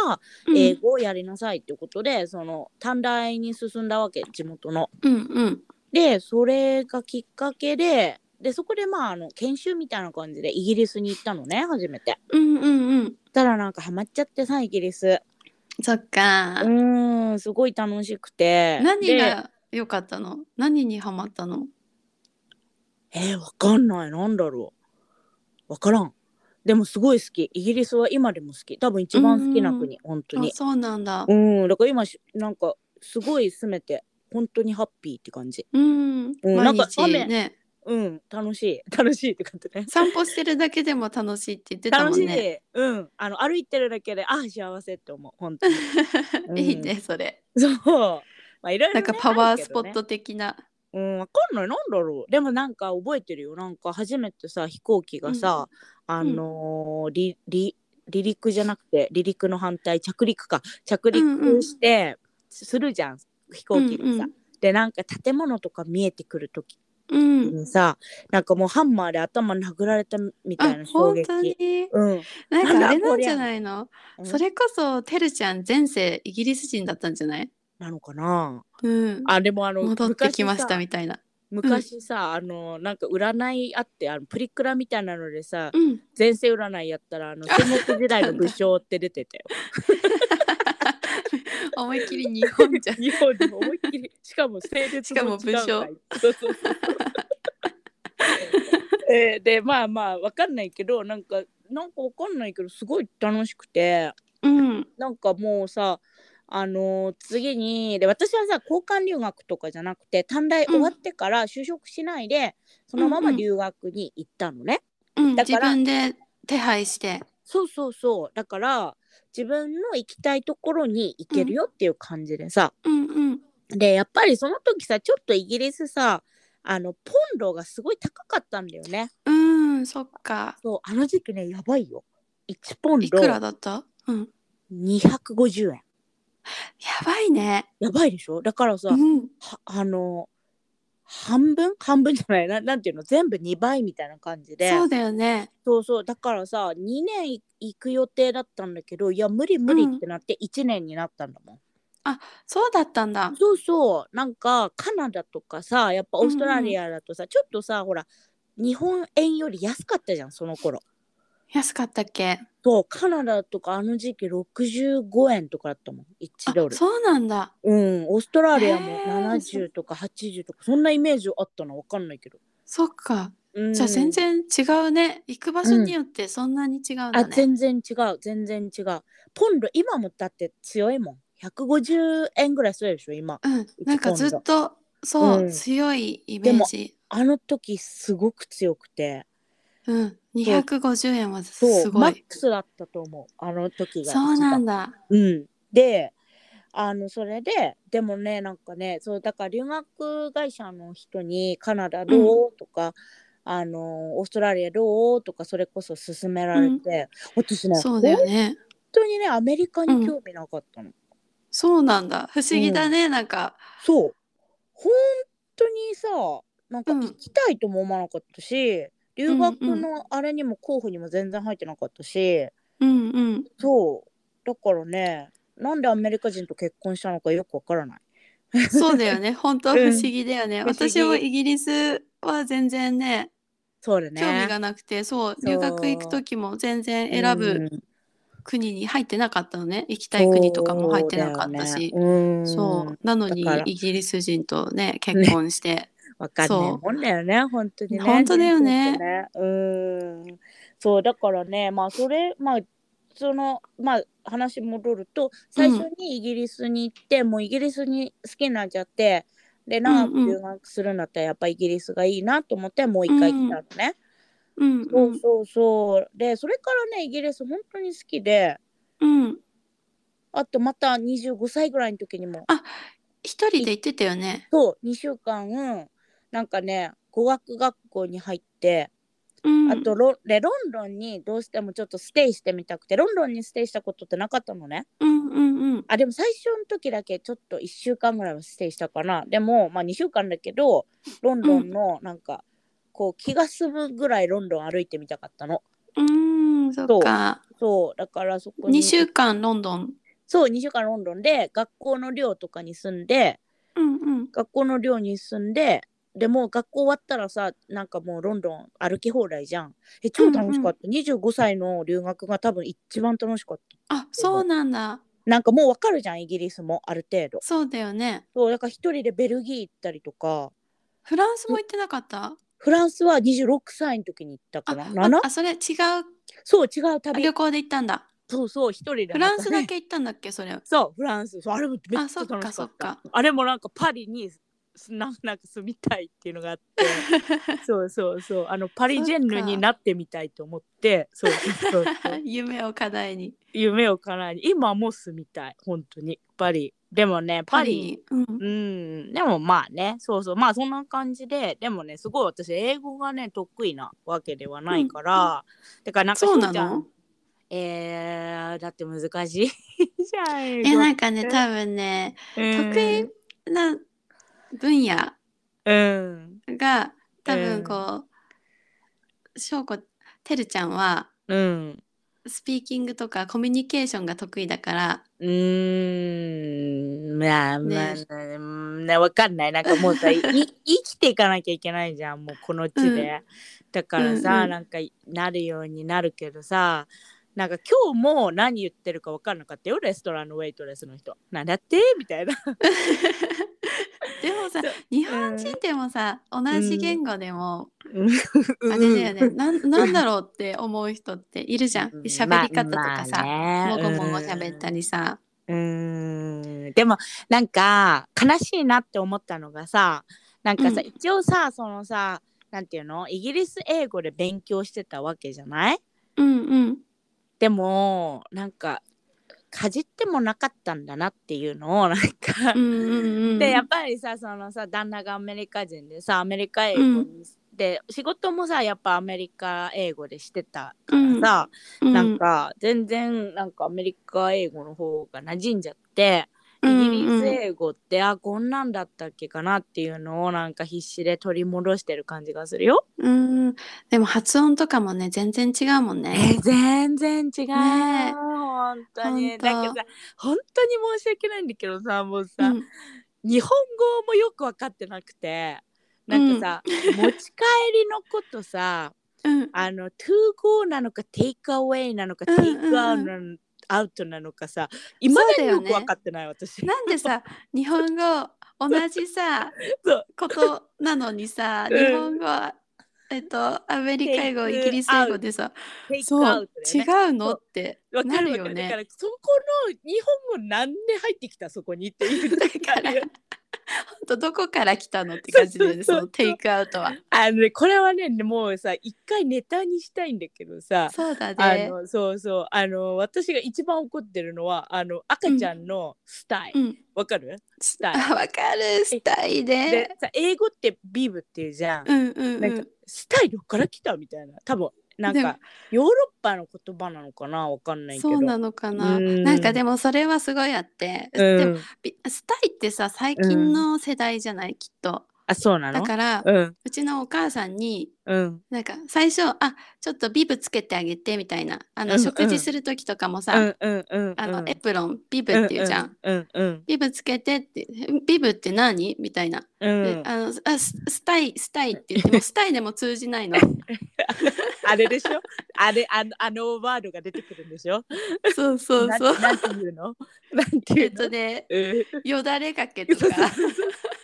Speaker 2: うん
Speaker 3: 英語をやりなさいっていうことでその短大に進んだわけ地元の。
Speaker 2: うんうん
Speaker 3: でそれがきっかけででそこでまああの研修みたいな感じでイギリスに行ったのね初めて。
Speaker 2: うんうんうん
Speaker 3: たらなんかハマっちゃってさイギリス。
Speaker 2: そっか
Speaker 3: うーんすごい楽しくて。
Speaker 2: 何
Speaker 3: で
Speaker 2: が良かったの何にハマったの
Speaker 3: えー、わかんないなんだろうわからん。でもすごい好きイギリスは今でも好き多分一番好きな国本当
Speaker 2: あ
Speaker 3: に。
Speaker 2: そうなんだ
Speaker 3: うんだから今しなんかすごい住めて本当にハッピーって感じ。
Speaker 2: うん
Speaker 3: うんなん
Speaker 2: 毎
Speaker 3: か
Speaker 2: 日ね
Speaker 3: うん楽しい 楽しいって感じね。
Speaker 2: 散歩してるだけでも楽しいって言ってたも
Speaker 3: 楽し
Speaker 2: ん
Speaker 3: い、
Speaker 2: ね
Speaker 3: うんあの歩いてるだけであ幸せって思う本当に う ん
Speaker 2: いいねそれ
Speaker 3: そうまあいろいろ
Speaker 2: な
Speaker 3: ね
Speaker 2: んかパワ
Speaker 3: あ
Speaker 2: ー
Speaker 3: る
Speaker 2: ス
Speaker 3: け
Speaker 2: ポ
Speaker 3: どね
Speaker 2: ット的な
Speaker 3: うんわかんないなんだろうでもなんか覚えてるよなんか初めてさ飛行機がさ、あのーりり離陸じゃなくて離陸の反対着陸か着
Speaker 2: うんう
Speaker 3: 陸
Speaker 2: ん
Speaker 3: してするじゃん、飛行機がさ、
Speaker 2: うんうん
Speaker 3: でなんか建物とか見えてくる時
Speaker 2: うん
Speaker 3: にさ、なんかもうハンマーで頭殴られたみたい
Speaker 2: あ
Speaker 3: な衝
Speaker 2: 本
Speaker 3: 撃
Speaker 2: 当に
Speaker 3: うん、
Speaker 2: なんかあれ
Speaker 3: なんだ
Speaker 2: な
Speaker 3: こ
Speaker 2: ん
Speaker 3: り
Speaker 2: じ
Speaker 3: ゃ
Speaker 2: ゃないの
Speaker 3: うん
Speaker 2: それこそてるちゃん前世イギリス人だったんじゃない
Speaker 3: なのかな
Speaker 2: うん
Speaker 3: あでもあの
Speaker 2: 戻ってきました
Speaker 3: 昔さ
Speaker 2: みたいな
Speaker 3: 昔さ、あのなんか占いあってあのプリクラみたいなのでさ
Speaker 2: うん。
Speaker 3: 前世占いやったらあの戦国時代の武将って出てたよ。
Speaker 2: 思いっきり日 本じゃん。
Speaker 3: 日本でも思いっきりしかも性別も違うんかい
Speaker 2: しかも
Speaker 3: そうそうそうえーでまあまあわかんないけどなんかなんかわかんないけどすごい楽しくて
Speaker 2: うん。
Speaker 3: なんかもうさあのー次にで私はさ交換留学とかじゃなくて短大終わってから就職しないで、そのまま留学に行ったのね。
Speaker 2: うん、
Speaker 3: だ
Speaker 2: 自
Speaker 3: から
Speaker 2: 分で手配して。
Speaker 3: そうそうそうだから自分の行きたいところに行けるよっていう感じでさ、
Speaker 2: うんうん。
Speaker 3: でやっぱりその時さちょっとイギリスさあのポンドがすごい高かったんだよね
Speaker 2: うん、そっか。
Speaker 3: そうあの時期ねやばいよ1ポン
Speaker 2: い
Speaker 3: ド
Speaker 2: くらだったうん。
Speaker 3: 250円
Speaker 2: やばいね。
Speaker 3: やばいでしょだからさ、
Speaker 2: うん。
Speaker 3: はあの半分半分じゃないななんていうの全部2倍みたいな感じで
Speaker 2: そうだよね。
Speaker 3: そうそうだからさ2年い行く予定だったんだけどいや無理無理ってなって1年になったんだもん、
Speaker 2: そうだったんだ。
Speaker 3: そうそうなんかカナダとかさやっぱオーストラリアだとさ、ちょっとさほら日本円より安かったじゃんその頃
Speaker 2: 安かったっけ
Speaker 3: そうカナダとかあの時期65円とかだったもん1
Speaker 2: あ
Speaker 3: ドル
Speaker 2: そうなんだ。
Speaker 3: うんオーストラリアも
Speaker 2: へー
Speaker 3: 70とか80とかそんなイメージあったのわかんないけど、
Speaker 2: そっか。
Speaker 3: うん、
Speaker 2: じゃあ全然違うね。行く場所によってそんなに違うんだ
Speaker 3: あ
Speaker 2: ね。
Speaker 3: 全然違う全然違うポンド今もだって強いもん150円ぐらいするでしょ今
Speaker 2: うん。なんかずっと、そう、
Speaker 3: うん
Speaker 2: 強いイメージ。
Speaker 3: あの時すごく強くて
Speaker 2: うん。250円は
Speaker 3: そう
Speaker 2: すご
Speaker 3: マッ
Speaker 2: い。
Speaker 3: クスだったと思うあの時が
Speaker 2: そうなん
Speaker 3: だ、
Speaker 2: だ。
Speaker 3: うん、であのそれででもねなんかねそうだから留学会社の人に「カナダどうとか「あのオーストラリアどう?」とかそれこそ勧められて、私ね
Speaker 2: そうだよ
Speaker 3: 本
Speaker 2: ね。
Speaker 3: 当にねアメリカに興味なかったの、
Speaker 2: そうなんだ。不思議だね。なんか。
Speaker 3: そう本当にさなんか
Speaker 2: うん
Speaker 3: 行きたいとも思わなかったし、留
Speaker 2: うんう
Speaker 3: 学
Speaker 2: ん
Speaker 3: のあれにも候補にも全然入ってなかったし、
Speaker 2: うんうん。
Speaker 3: そうだからねなんでアメリカ人と結婚したのかよくわからない。
Speaker 2: そうだよ ね。本当
Speaker 3: うん
Speaker 2: 不思議だよね。
Speaker 3: 不思議
Speaker 2: 私もイギリスは全然ね、
Speaker 3: そうだね。
Speaker 2: 興味がなくて、そう、
Speaker 3: そう
Speaker 2: 留学行く時も全然選ぶ
Speaker 3: うん
Speaker 2: 国に入ってなかったのね。行きたい国とかも入ってなかったし
Speaker 3: そ。うだよねうん
Speaker 2: そう。なのに
Speaker 3: だから
Speaker 2: イギリス人とね、結婚して。
Speaker 3: わかんない
Speaker 2: そう
Speaker 3: もんだよね、本当にね。
Speaker 2: 本当だよね
Speaker 3: 人生ってねうん。そう、だからね、まあ、それ、まあ、その、まあ、話戻ると、最初にイギリスに行って、もうイギリスに好きになっちゃって、で、長く留学するんだったら、やっぱイギリスがいいなと思って、もう一回来たのね。
Speaker 2: うんう。
Speaker 3: そうんそうそう。で、それからね、イギリス本当に好きで、
Speaker 2: うん。
Speaker 3: あとまた25歳ぐらいの時にも、
Speaker 2: 一人で行ってたよね。
Speaker 3: そう、2週間、なんかね、語学学校に入って、
Speaker 2: うん。
Speaker 3: あとロでロンドンにどうしてもちょっとステイしてみたくてロンドンにステイしたことってなかったのね
Speaker 2: うんうんうん。
Speaker 3: あでも最初の時だけちょっと1週間ぐらいはステイしたかなでもまあ2週間だけどロンドンのなんか、こう気が済むぐらいロンドン歩いてみたかったの
Speaker 2: うーん、そっか。
Speaker 3: そうだからそこに
Speaker 2: 2週間ロンドン。
Speaker 3: そう2週間ロンドンで学校の寮とかに住んで
Speaker 2: うんうん。
Speaker 3: 学校の寮に住んででもう学校終わったらさなんかもうロンドン歩き放題じゃんえ超楽しかった、25歳の留学が多分一番楽しかった
Speaker 2: あ、そうなんだ。
Speaker 3: なんかもうわかるじゃんイギリスもある程度
Speaker 2: そうだよね。
Speaker 3: そうだから一人でベルギー行ったりとか
Speaker 2: フランスも行ってなかった
Speaker 3: フランスは26歳の時に行ったか
Speaker 2: あ
Speaker 3: な
Speaker 2: あ
Speaker 3: 7
Speaker 2: あ、それ違う
Speaker 3: そう違う
Speaker 2: あ
Speaker 3: 旅
Speaker 2: 旅行で行ったんだ。
Speaker 3: そうそう一人で
Speaker 2: フランスだけ行ったんだっけ、それ。
Speaker 3: そうフランスそうあれもめっちゃ楽
Speaker 2: あそっか
Speaker 3: しか
Speaker 2: そ
Speaker 3: っ
Speaker 2: っか
Speaker 3: たあれもなんかパリにすなんなんか住みたいっていうのがあって そうそうそうあのパリジェンヌになってみたいと思ってそうそうそう そう
Speaker 2: 夢を課題に。
Speaker 3: 夢を叶えに今はもう住みたい本当にパリでもねパリ
Speaker 2: に。うん。
Speaker 3: うん、でもまあね、そうそう、まあそんな感じで、でもね、すごい私、英語がね、得意なわけではないから、だからなんか
Speaker 2: そうな
Speaker 3: しんちゃん
Speaker 2: の
Speaker 3: えー、だって難しいじゃん、英
Speaker 2: え、な
Speaker 3: 語。
Speaker 2: んかね、多分ね、
Speaker 3: うん
Speaker 2: 得意な分野
Speaker 3: うん。
Speaker 2: が、多
Speaker 3: うん
Speaker 2: 分こう、しょうこ、てるちゃんは、
Speaker 3: うん。
Speaker 2: スピーキングとかコミュニケーションが得意だから、
Speaker 3: うーん、まあまあ、
Speaker 2: ね
Speaker 3: まあね、わかんない。なんかもうさ、い 生きていかなきゃいけないじゃん、もうこの地で。だからさ、
Speaker 2: うんうん
Speaker 3: なんかなるようになるけどさ、なんか今日も何言ってるかわかんなかったよ、レストランのウェイトレスの人。なんだってみたいな。
Speaker 2: でもさ日本人でもさ、同じ言語でも、あ
Speaker 3: あ
Speaker 2: れだよ ね、なんなんだろうって思う人っているじゃん喋り方とかさ、もごもご喋った
Speaker 3: り。
Speaker 2: りさ、
Speaker 3: うーんでもなんか悲しいなって思ったのがさなんかさ、
Speaker 2: うん
Speaker 3: 一応さそのさなんていうのイギリス英語で勉強してたわけじゃない
Speaker 2: うんうん
Speaker 3: でもなんかかじってもなかったんだなっていうのをなんか、
Speaker 2: うんうんうん
Speaker 3: でやっぱりさそのさ旦那がアメリカ人でさアメリカ英語に、
Speaker 2: うん
Speaker 3: で仕事もさやっぱアメリカ英語でしてたからさ、
Speaker 2: う
Speaker 3: なんか全然なんかアメリカ英語の方が馴染んじゃって、イギリス英語って、あこんなんだったっけかなっていうのをなんか必死で取り戻してる感じがするよ。
Speaker 2: うんうんうんでも発音とかもね全然違うもんね
Speaker 3: え全然違う、
Speaker 2: ねえ
Speaker 3: 本当に
Speaker 2: 本当
Speaker 3: なんかさ本当に申し訳ないんだけどさもうさ、
Speaker 2: うん
Speaker 3: 日本語もよく分かってなくてなんかさ、持ち帰りのことさ
Speaker 2: うん
Speaker 3: あの to go なのか take away なのか
Speaker 2: うんう
Speaker 3: take
Speaker 2: んうん
Speaker 3: out なのアウトなのかさいまだによ
Speaker 2: そうだよ
Speaker 3: く
Speaker 2: ね
Speaker 3: 分かってない、私。
Speaker 2: なんでさ日本語同じさ
Speaker 3: そう
Speaker 2: ことなのにさ
Speaker 3: うん
Speaker 2: 日本語はえっとアメリカ英語
Speaker 3: Take
Speaker 2: イギリス英語でさ
Speaker 3: take
Speaker 2: そう
Speaker 3: out だ
Speaker 2: 違
Speaker 3: よね
Speaker 2: うのって
Speaker 3: わ
Speaker 2: な
Speaker 3: かる
Speaker 2: る
Speaker 3: わか
Speaker 2: よ
Speaker 3: るだか
Speaker 2: ね
Speaker 3: らそこの日本語なんで入ってきたそこにっていう
Speaker 2: だから
Speaker 3: あるよ
Speaker 2: 本当どこから来たのって感じでね
Speaker 3: そ
Speaker 2: そ
Speaker 3: うそうそう
Speaker 2: のテイクアウトは
Speaker 3: あのねこれはねもうさ一回ネタにしたいんだけどさ
Speaker 2: そうだ
Speaker 3: あ
Speaker 2: ね
Speaker 3: のそうそうあの私が一番怒ってるのはあの赤ちゃんのスタイ
Speaker 2: う
Speaker 3: ル
Speaker 2: ん
Speaker 3: わ、かるスタイ
Speaker 2: あわかるスタイ
Speaker 3: ル
Speaker 2: で
Speaker 3: でさ英語ってビブっていうじゃん、
Speaker 2: うんうんう
Speaker 3: なん
Speaker 2: ん
Speaker 3: かスタイルから来たみたいな多分なん
Speaker 2: でも
Speaker 3: かヨーロッパの言葉なのかなわかんないけど
Speaker 2: そうなのかな
Speaker 3: うん
Speaker 2: なんかでもそれはすごいあって
Speaker 3: うん
Speaker 2: でもびスタイってさ最近の世代じゃないきっと
Speaker 3: あそうなの
Speaker 2: だから
Speaker 3: うん
Speaker 2: うちのお母さんに
Speaker 3: うん
Speaker 2: なんか最初あちょっとビブつけてあげてみたいなあの、
Speaker 3: うん
Speaker 2: 食事する時とかもさ、
Speaker 3: うんうんうん
Speaker 2: あの
Speaker 3: うん
Speaker 2: エプロンビブっていうじゃん、
Speaker 3: うんうん
Speaker 2: ビブつけてってビブって何みたいな、
Speaker 3: う
Speaker 2: で
Speaker 3: んうん
Speaker 2: あのあススタイスタイって言ってもスタイでも通じない の
Speaker 3: あれでしょあれあのあのワードが出てくるんでしょ
Speaker 2: そうそう
Speaker 3: な
Speaker 2: そう
Speaker 3: なんていうの なんてい
Speaker 2: え
Speaker 3: う
Speaker 2: っ
Speaker 3: の
Speaker 2: とね
Speaker 3: え
Speaker 2: よだれかけ
Speaker 3: ー
Speaker 2: とか
Speaker 3: い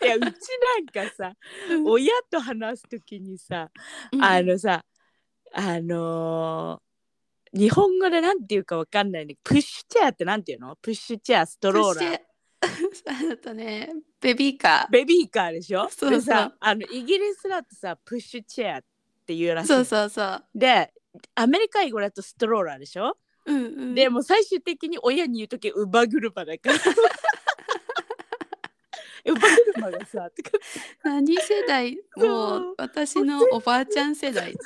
Speaker 3: やうちなんかさ親と話すときにさ
Speaker 2: うん
Speaker 3: あのさあのー日本語でなんていうかわかんないねプッシュチェアってなんていうのプッシュチェアストロー
Speaker 2: そ
Speaker 3: ラ
Speaker 2: し
Speaker 3: ー
Speaker 2: てあとねベビーカ
Speaker 3: ベビーカーでし
Speaker 2: そ
Speaker 3: ょ
Speaker 2: うそう
Speaker 3: でさあのイギリスだとさプッシュチェアっていうら
Speaker 2: ー
Speaker 3: しいの
Speaker 2: そうそうそう
Speaker 3: でアメリカ英語だとストローラーでしょ、
Speaker 2: うんうん
Speaker 3: でもう最終的に親に言う時乳母車 だから乳母車がさとか
Speaker 2: 何世代も
Speaker 3: そう
Speaker 2: う私のおばあちゃん世 代
Speaker 3: も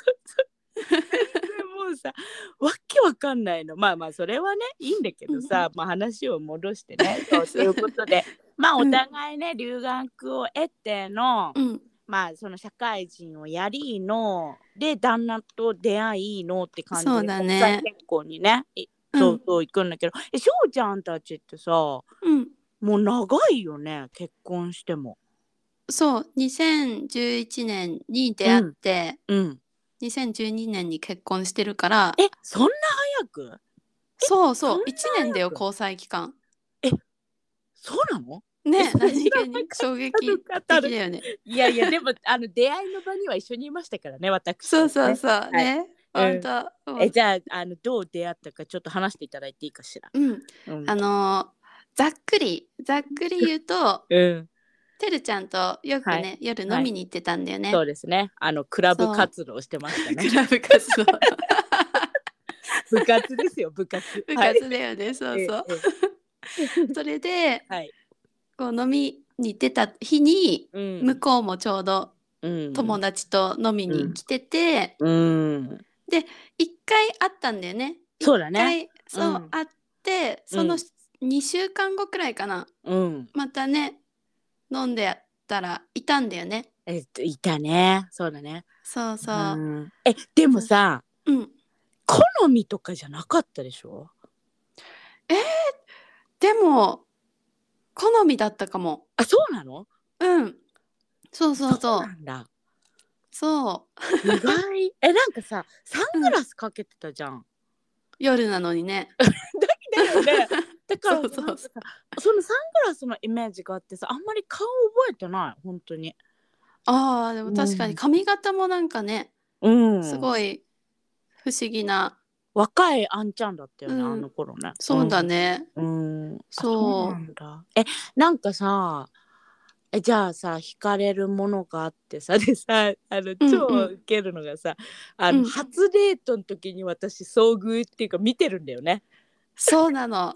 Speaker 3: うさわけわかんないのまあまあそれはねいいんだけどさ、まあ、話を戻してねそうということ でまあお互いね留学を得ての、
Speaker 2: うん
Speaker 3: まあその社会人をやりので旦那と出会いのって感じで
Speaker 2: そうだね
Speaker 3: 国際結婚にねいそうそう行くんだけど、えしょうちゃんたちってさも
Speaker 2: うんうん
Speaker 3: う長いよね結婚しても。
Speaker 2: そう2011年に出会って、
Speaker 3: うん、
Speaker 2: 2012年に結婚してるから
Speaker 3: えそんな早く
Speaker 2: そうそ
Speaker 3: そん
Speaker 2: う1
Speaker 3: な
Speaker 2: 年だよ
Speaker 3: 早く
Speaker 2: 交際期間
Speaker 3: そうなの
Speaker 2: ね
Speaker 3: そんな
Speaker 2: 何気に衝撃
Speaker 3: 軽
Speaker 2: 的
Speaker 3: かった
Speaker 2: だ
Speaker 3: の
Speaker 2: よね
Speaker 3: いやいやでもあの出会いの場には一緒にいましたからね私
Speaker 2: そうそう
Speaker 3: ね
Speaker 2: そう
Speaker 3: い
Speaker 2: ね
Speaker 3: うん
Speaker 2: 本当、
Speaker 3: えじゃああのどう出会ったかちょっと話していただいていいかしら。
Speaker 2: うん
Speaker 3: うん
Speaker 2: あのーざっくりざっくり言う と
Speaker 3: うん、
Speaker 2: てるちゃんとよくね、
Speaker 3: はい
Speaker 2: 夜飲みに行ってたんだよね、
Speaker 3: そうですねあのクラブ
Speaker 2: そう
Speaker 3: 活動してましたね
Speaker 2: ク。ラブ活 動
Speaker 3: 部活ですよ部活。
Speaker 2: 部
Speaker 3: はい
Speaker 2: 活だよね、そうそう、
Speaker 3: えええ
Speaker 2: それで
Speaker 3: えはい。
Speaker 2: こう飲みに出た日に
Speaker 3: うん
Speaker 2: 向こうもちょうど
Speaker 3: うん
Speaker 2: 友達と飲みに来てて、
Speaker 3: うん。
Speaker 2: 一回会ったんだよね。
Speaker 3: そうだ
Speaker 2: 一回
Speaker 3: ね。
Speaker 2: そう、
Speaker 3: うん
Speaker 2: 会ってその2週間後くらいかな
Speaker 3: うん。
Speaker 2: またね飲んでやったらいたんだよね。
Speaker 3: えっといたね。そうだね。
Speaker 2: そうそうう、
Speaker 3: んえでもさ
Speaker 2: うん、
Speaker 3: 好みとかじゃなかったでしょ
Speaker 2: でも好みだったかも
Speaker 3: あそうなの
Speaker 2: うんそうそうそう
Speaker 3: な。んだ
Speaker 2: そう。
Speaker 3: 意外 えなんかさサングラスかけてたじゃん、
Speaker 2: 夜なのにね。
Speaker 3: だよ ねだから
Speaker 2: そうそう
Speaker 3: なんかさそのサングラスのイメージがあってさあんまり顔覚えてない本当に
Speaker 2: ああ、でも確か
Speaker 3: うん
Speaker 2: に髪型もなんかね、
Speaker 3: うん
Speaker 2: す
Speaker 3: い
Speaker 2: ごい不思議な。
Speaker 3: 若いあんちゃんだったよね、
Speaker 2: うん
Speaker 3: あの頃ね
Speaker 2: そうだね。
Speaker 3: うん、うん、あ
Speaker 2: そう
Speaker 3: なんだえなんかさえじゃあさ惹かれるものがあってさでさあの
Speaker 2: うん
Speaker 3: 超ウケるのがさ、あの
Speaker 2: うん
Speaker 3: 初デートの時に私遭遇っていうか見てるんだよね。
Speaker 2: そうな の。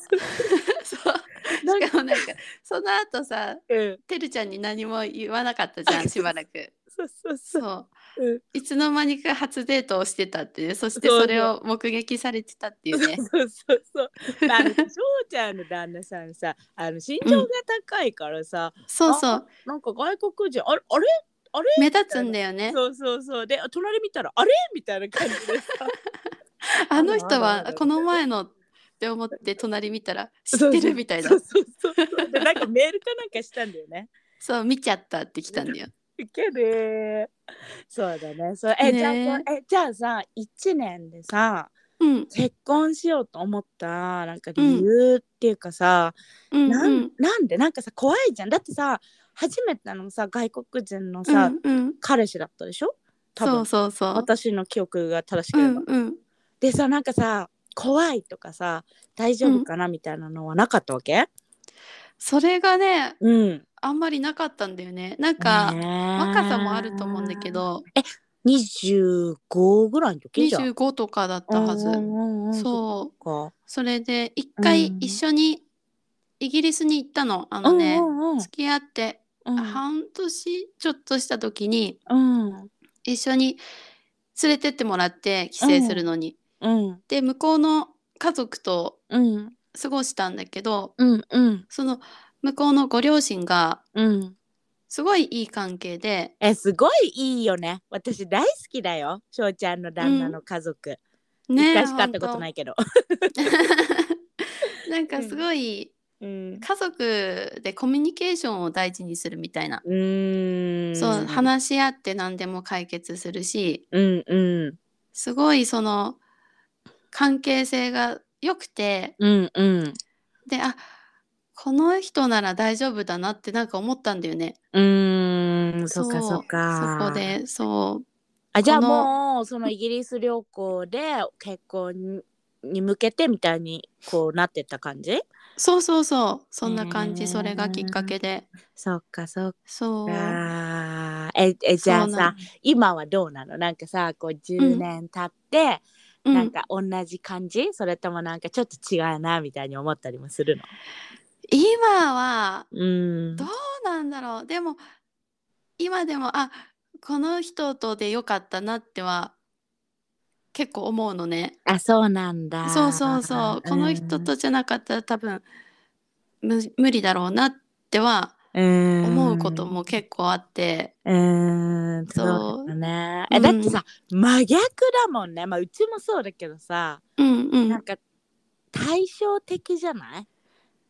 Speaker 2: そう。
Speaker 3: なん
Speaker 2: しかもなんか、その後さ、
Speaker 3: うん、
Speaker 2: てるちゃんに何も言わなかったじ ゃん、しばらく。
Speaker 3: そうそうそう
Speaker 2: そう
Speaker 3: うん。
Speaker 2: いつの間にか初デートをしてたっていう、そして
Speaker 3: そうそう
Speaker 2: それを目撃されてたっていうね。
Speaker 3: そうそうそう。 まああの、翔ちゃんの旦那さんさ、あの身長が高いからさ、
Speaker 2: そうそう。
Speaker 3: なんか外国人、あれ、あれ、あれ。
Speaker 2: 目立つんだよね。
Speaker 3: そうそうそう、で、隣見たら、あれみたいな感じでさ。
Speaker 2: あの人
Speaker 3: あるあるあ
Speaker 2: は
Speaker 3: る
Speaker 2: この前のって思って隣見たら 知
Speaker 3: そう
Speaker 2: ってるみたいな
Speaker 3: そうそうそうそう。で、なんかメールかなんかしたんだよね。
Speaker 2: そう見ちゃったって来たんだよ。
Speaker 3: いける。そうだね。そう、え、
Speaker 2: ね
Speaker 3: じゃあ、え、じゃあさ、一年でさ。
Speaker 2: うん
Speaker 3: 結婚しようと思ったなんか理由っていうかさ、
Speaker 2: うん
Speaker 3: な
Speaker 2: うんん
Speaker 3: なんでなんかさ怖いじゃんだってさ初めてのさ外国人のさ、
Speaker 2: うんうん
Speaker 3: 彼氏だったでしょ多分
Speaker 2: そうそうそう。
Speaker 3: 私の記憶が正しけ
Speaker 2: う
Speaker 3: れば。
Speaker 2: んうん
Speaker 3: でさなんかさ怖いとかさ大丈夫かなみたいなのはなかったわけ
Speaker 2: それがね
Speaker 3: うん。
Speaker 2: あんまりなかったんだよね。なんか、若
Speaker 3: 若
Speaker 2: さもあると思うんだけ。ど
Speaker 3: 25ぐらいの時じゃん。
Speaker 2: 25とかだったはず。
Speaker 3: そう
Speaker 2: そう
Speaker 3: か。
Speaker 2: それで一回
Speaker 3: うん
Speaker 2: 一緒にイギリスに行ったのあ
Speaker 3: う
Speaker 2: の
Speaker 3: んう
Speaker 2: ね
Speaker 3: んうん
Speaker 2: 付き合って
Speaker 3: うん
Speaker 2: 半年ちょっとした時に
Speaker 3: うん
Speaker 2: 一緒に連れてってもらって帰省するのに。
Speaker 3: うん
Speaker 2: で向こうの家族と
Speaker 3: うん
Speaker 2: 過ごしたんだけど
Speaker 3: うんうん
Speaker 2: その向こうのご両親が
Speaker 3: うん。
Speaker 2: すごいいい関係で
Speaker 3: えすごいいいよね。私大好きだよ。翔ちゃんの旦那の家族。一
Speaker 2: ね
Speaker 3: 回しか会ったことないいけど。
Speaker 2: なんかすごい
Speaker 3: うん。
Speaker 2: 家族でコミュニケーションを大事にするみたいな、
Speaker 3: うーん。
Speaker 2: そう話し合って何でも解決するし
Speaker 3: うんうん
Speaker 2: すごいその関係性が良くて
Speaker 3: うんうん
Speaker 2: であこの人なら大丈夫だなってなんか思ったんだよね。
Speaker 3: うーんそっか
Speaker 2: う
Speaker 3: そっか
Speaker 2: そこでそう
Speaker 3: あじゃあ
Speaker 2: この
Speaker 3: もうそのイギリス旅行で結婚に向けてみたいにこうなってった感じ
Speaker 2: そうそうそうそんな感じ、
Speaker 3: へー
Speaker 2: それがきっかけで
Speaker 3: そっかそっ
Speaker 2: そう
Speaker 3: かええじゃあ
Speaker 2: そうな
Speaker 3: さ今はどうなのなんかさこう10年経って、
Speaker 2: の
Speaker 3: な
Speaker 2: うん
Speaker 3: んか同じ感じそれともなんかちょっと違うなみたいに思ったりもするの
Speaker 2: 今は
Speaker 3: うん
Speaker 2: どどうなんだろうでも今でもあこの人とでよかったなっては結構思うのね
Speaker 3: あそうなんだ
Speaker 2: そうそうそうこの人とじゃなかったら多分む無理だろうなっては
Speaker 3: 思
Speaker 2: 思うことも結構あって、
Speaker 3: うーん、そ
Speaker 2: そう
Speaker 3: うだね。
Speaker 2: うん
Speaker 3: え、だってさ、真逆だもんね。まあ、うちもそうだけどさ、
Speaker 2: うん、うん
Speaker 3: なんか対照的じゃない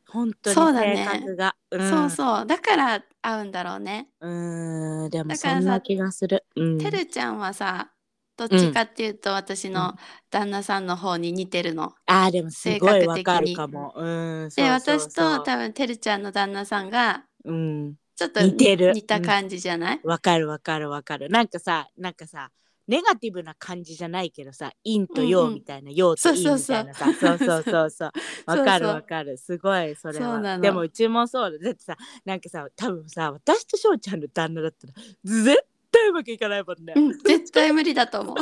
Speaker 3: 本当に
Speaker 2: そうだ
Speaker 3: 性
Speaker 2: ね
Speaker 3: 格が。
Speaker 2: そうそうだから合うんだろうね。
Speaker 3: う。うん、でも
Speaker 2: だか
Speaker 3: そ
Speaker 2: らさ
Speaker 3: んな気がする。うん
Speaker 2: てるちゃんはさどっちかっていうと私の旦那さんの方に似てるの。
Speaker 3: あーでもすごい
Speaker 2: 性格
Speaker 3: わ
Speaker 2: 的に
Speaker 3: かるかも。う
Speaker 2: で
Speaker 3: ん、そうそうそう
Speaker 2: 私と多分てるちゃんの旦那さんが
Speaker 3: うん、
Speaker 2: ちょっと
Speaker 3: 似てる
Speaker 2: 似た感じじゃない、
Speaker 3: わかるわかるわかる。なんかさ、なんかさ、ネガティブな感じじゃないけどさ、陰と
Speaker 2: うん
Speaker 3: 陽
Speaker 2: うん
Speaker 3: みたいな、陽と陰みたいなさ、そ
Speaker 2: そううそう う
Speaker 3: そ
Speaker 2: そう
Speaker 3: そうそう。わかるわかる。すごい、それ
Speaker 2: そうな
Speaker 3: は。
Speaker 2: の
Speaker 3: でもうちもそうだ。だってさ、なんかさ、多分さ、私と翔ちゃんの旦那だったら、絶対うまくいかないもんね。
Speaker 2: うん、絶対無理だと思 う。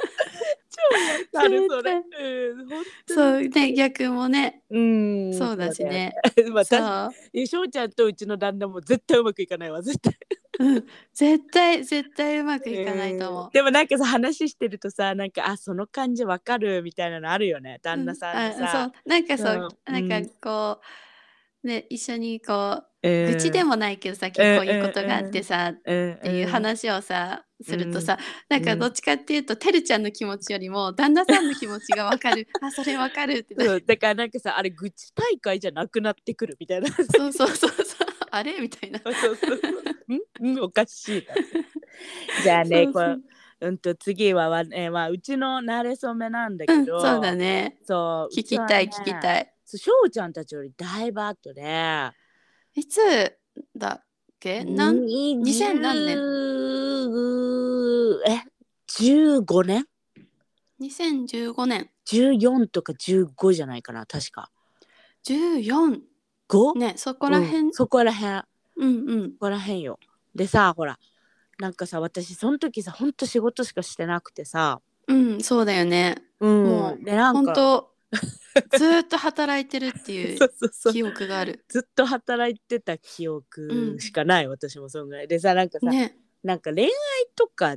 Speaker 3: 超わかる、そ
Speaker 2: 絶
Speaker 3: れ。うん、ほん
Speaker 2: そうね逆もね、
Speaker 3: うん
Speaker 2: そうだし。ね。
Speaker 3: そうだよ まあ、確か
Speaker 2: そう
Speaker 3: に、翔ちゃんとうちの旦那も絶対うまくいかないわ、絶対。
Speaker 2: 絶対絶対うまくいかないと思う。
Speaker 3: でもなんかさ話してるとさなんかあその感じわかるみたいなのあるよね旦那さん
Speaker 2: う
Speaker 3: のさ、
Speaker 2: あそうなんかそう
Speaker 3: そう
Speaker 2: なんかこう、ね一緒にこう
Speaker 3: 愚
Speaker 2: 愚痴で
Speaker 3: も、
Speaker 2: もないけどさ結構いうことがあってさ、
Speaker 3: うん、っ
Speaker 2: っていう話をさ、するとさ、なん
Speaker 3: う
Speaker 2: か
Speaker 3: ん
Speaker 2: どっちかっていうと、てるちゃんの気持ちよりも旦那さんの気持ちがわかるあそれわかるってな
Speaker 3: そうだからなんかさあれ愚痴大会じゃなくなってくるみ たいなそう
Speaker 2: そうそうそうそうあれみたいな。
Speaker 3: そうそうんうんおか しいなじゃあね
Speaker 2: そう
Speaker 3: こ
Speaker 2: そう
Speaker 3: ううんと次はわ、えーまあ、うちの慣れ初めなんだけ
Speaker 2: うん、
Speaker 3: ど、
Speaker 2: そうだね。
Speaker 3: そう
Speaker 2: 聞きたい、
Speaker 3: うち
Speaker 2: 聞き
Speaker 3: はね
Speaker 2: たい。
Speaker 3: そう翔ちゃんたちよりだいぶ後で
Speaker 2: いつだっけなん2000何年
Speaker 3: 年え15年
Speaker 2: ?2015 年。
Speaker 3: 14とか15じゃないかな確か
Speaker 2: 14
Speaker 3: 5、
Speaker 2: ね、そこら
Speaker 3: う
Speaker 2: 辺
Speaker 3: ん。そこらへん
Speaker 2: うんうん
Speaker 3: そ。こらへんよでさほらなんかさ私その時さほんと仕事しかしてなくてさ
Speaker 2: うん、そうだよね。
Speaker 3: うん
Speaker 2: もう
Speaker 3: でなん
Speaker 2: 本
Speaker 3: か
Speaker 2: 当ずーっと働いてるってい
Speaker 3: そううそうそう
Speaker 2: 記憶がある。
Speaker 3: ずっと働いてた記憶しかない、私もそんぐらいでさなんかさ、
Speaker 2: ね。
Speaker 3: なんか恋愛とか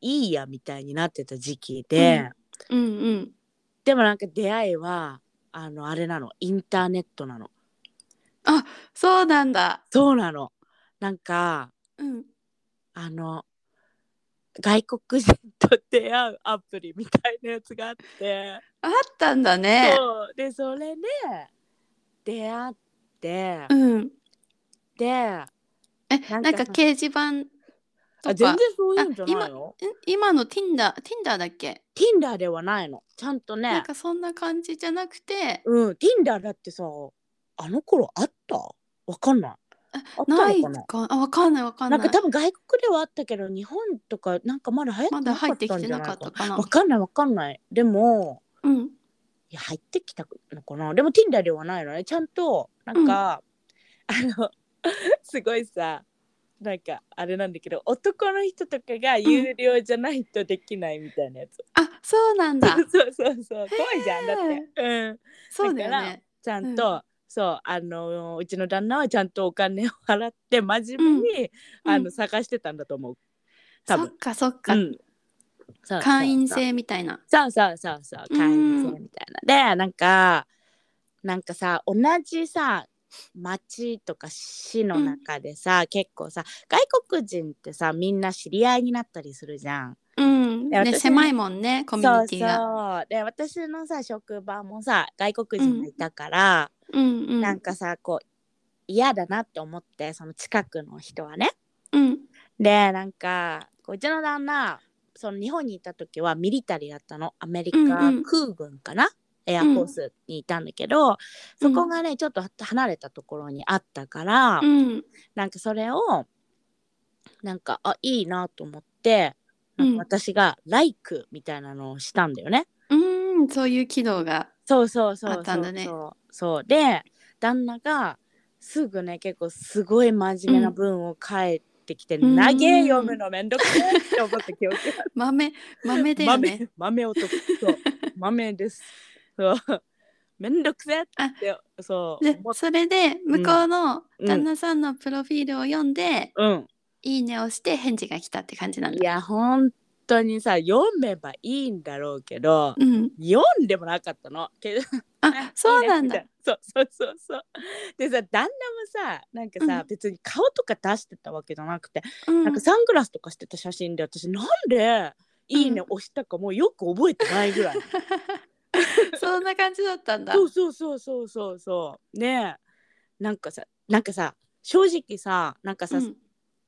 Speaker 3: いいやみたいになってた時期で、
Speaker 2: うんうんうん。
Speaker 3: でもなんか出会いはあのあれなのインターネットなの
Speaker 2: そうなんだ。
Speaker 3: そうなのなんか
Speaker 2: うん。
Speaker 3: あの外国人と出会うアプリみたいなやつがあって、
Speaker 2: あったんだね。
Speaker 3: そうでそれで出会って、
Speaker 2: うん。
Speaker 3: で
Speaker 2: え、
Speaker 3: な
Speaker 2: なんん
Speaker 3: か
Speaker 2: か掲示板と
Speaker 3: あ
Speaker 2: か。
Speaker 3: 全然そういうんじゃないの
Speaker 2: え今の Tinder、Tinder だっけ
Speaker 3: Tinder ではないのちゃんと
Speaker 2: なん
Speaker 3: ね
Speaker 2: かそんな感じじゃなくて、
Speaker 3: うん Tinder だってさあの頃あったわかんないあったの
Speaker 2: ない
Speaker 3: かな
Speaker 2: か。あ、わかんないわかん
Speaker 3: な
Speaker 2: なんい。
Speaker 3: か多分外国ではあったけど日本とかなんかまだ流行って
Speaker 2: ま
Speaker 3: な
Speaker 2: だ
Speaker 3: か
Speaker 2: 入
Speaker 3: っ
Speaker 2: って
Speaker 3: た
Speaker 2: き
Speaker 3: んじ
Speaker 2: て
Speaker 3: ゃ
Speaker 2: な
Speaker 3: ない
Speaker 2: かっ
Speaker 3: かな
Speaker 2: たかな
Speaker 3: わ。かんないわかんないでも
Speaker 2: うん。
Speaker 3: いや入ってきたのかなでも Tinder ではないのねちゃんとなんか、あの すごいさなんかあれなんだけど男の人とかが有料じゃないとできないみたいなやつ、
Speaker 2: あ、そうなん だ。
Speaker 3: そうそうそう怖いじゃんだって、うん、
Speaker 2: そうだよ
Speaker 3: だから
Speaker 2: ね。
Speaker 3: ちゃんと、そうあのうちの旦那はちゃんとお金を払って真面目に、
Speaker 2: うん
Speaker 3: あ
Speaker 2: う
Speaker 3: の
Speaker 2: ん
Speaker 3: 探してたんだと思う多
Speaker 2: そっ
Speaker 3: 分
Speaker 2: かそっか
Speaker 3: う。んそう
Speaker 2: 会員制みたいな。
Speaker 3: そうそうそうそう
Speaker 2: うん
Speaker 3: 会員制みたいなでなんかなんかさ同じさ町とか市の中でさ、結構さ外国人ってさみんな知り合いになったりするじゃん
Speaker 2: うん。
Speaker 3: で私
Speaker 2: ね、
Speaker 3: ね
Speaker 2: 狭いもんね、コミュニティが。
Speaker 3: そうそうで私のさ職場もさ外国人がいたから、
Speaker 2: うんうん。
Speaker 3: なんかさこう嫌だなって思ってその近くの人はね
Speaker 2: うん。
Speaker 3: でなんかこううちの旦那その日本にいた時はミリタリーだったのアメリカ
Speaker 2: うんうん
Speaker 3: 空軍かな、エアフォースにいたんだけど、そこがねちょっと離れたところにあったから、
Speaker 2: うん。
Speaker 3: なんかそれをなんかあいいなと思って
Speaker 2: う
Speaker 3: なん
Speaker 2: ん
Speaker 3: か私が「like」みたいなのをしたんだよね。
Speaker 2: うん、そういう機能が。
Speaker 3: そうそうそうそう
Speaker 2: あったんだね
Speaker 3: そうそうで旦那がすぐね結構すごい真面目な文を書いてきて、
Speaker 2: うん
Speaker 3: 投げ読むのめんどくさいって 思った記憶が
Speaker 2: 豆、豆だよね
Speaker 3: 豆。豆男 そう豆ですそうめんどくせえってそう
Speaker 2: で
Speaker 3: 思っ
Speaker 2: それで向こうの
Speaker 3: うん
Speaker 2: 旦那さんのプロフィールを読んで、
Speaker 3: うん
Speaker 2: いいねをして返事が来たって感じなん
Speaker 3: い
Speaker 2: だ。
Speaker 3: や本当にさ読めばいいんだろうけど
Speaker 2: うん、
Speaker 3: 読んでもなかったのけど
Speaker 2: あそうなんだ。
Speaker 3: そうそうそうそうでさ旦那もさなんかさ、
Speaker 2: うん
Speaker 3: 別に顔とか出してたわけじゃなくて
Speaker 2: うん
Speaker 3: なんかサングラスとかしてた写真で私なんで「いいね」押したかもうよく覚えてないぐらい、
Speaker 2: そんな感じだったんだ。
Speaker 3: そうそうそうそうそうそうねえなんかさなんかさ正直さなんかさ、
Speaker 2: うん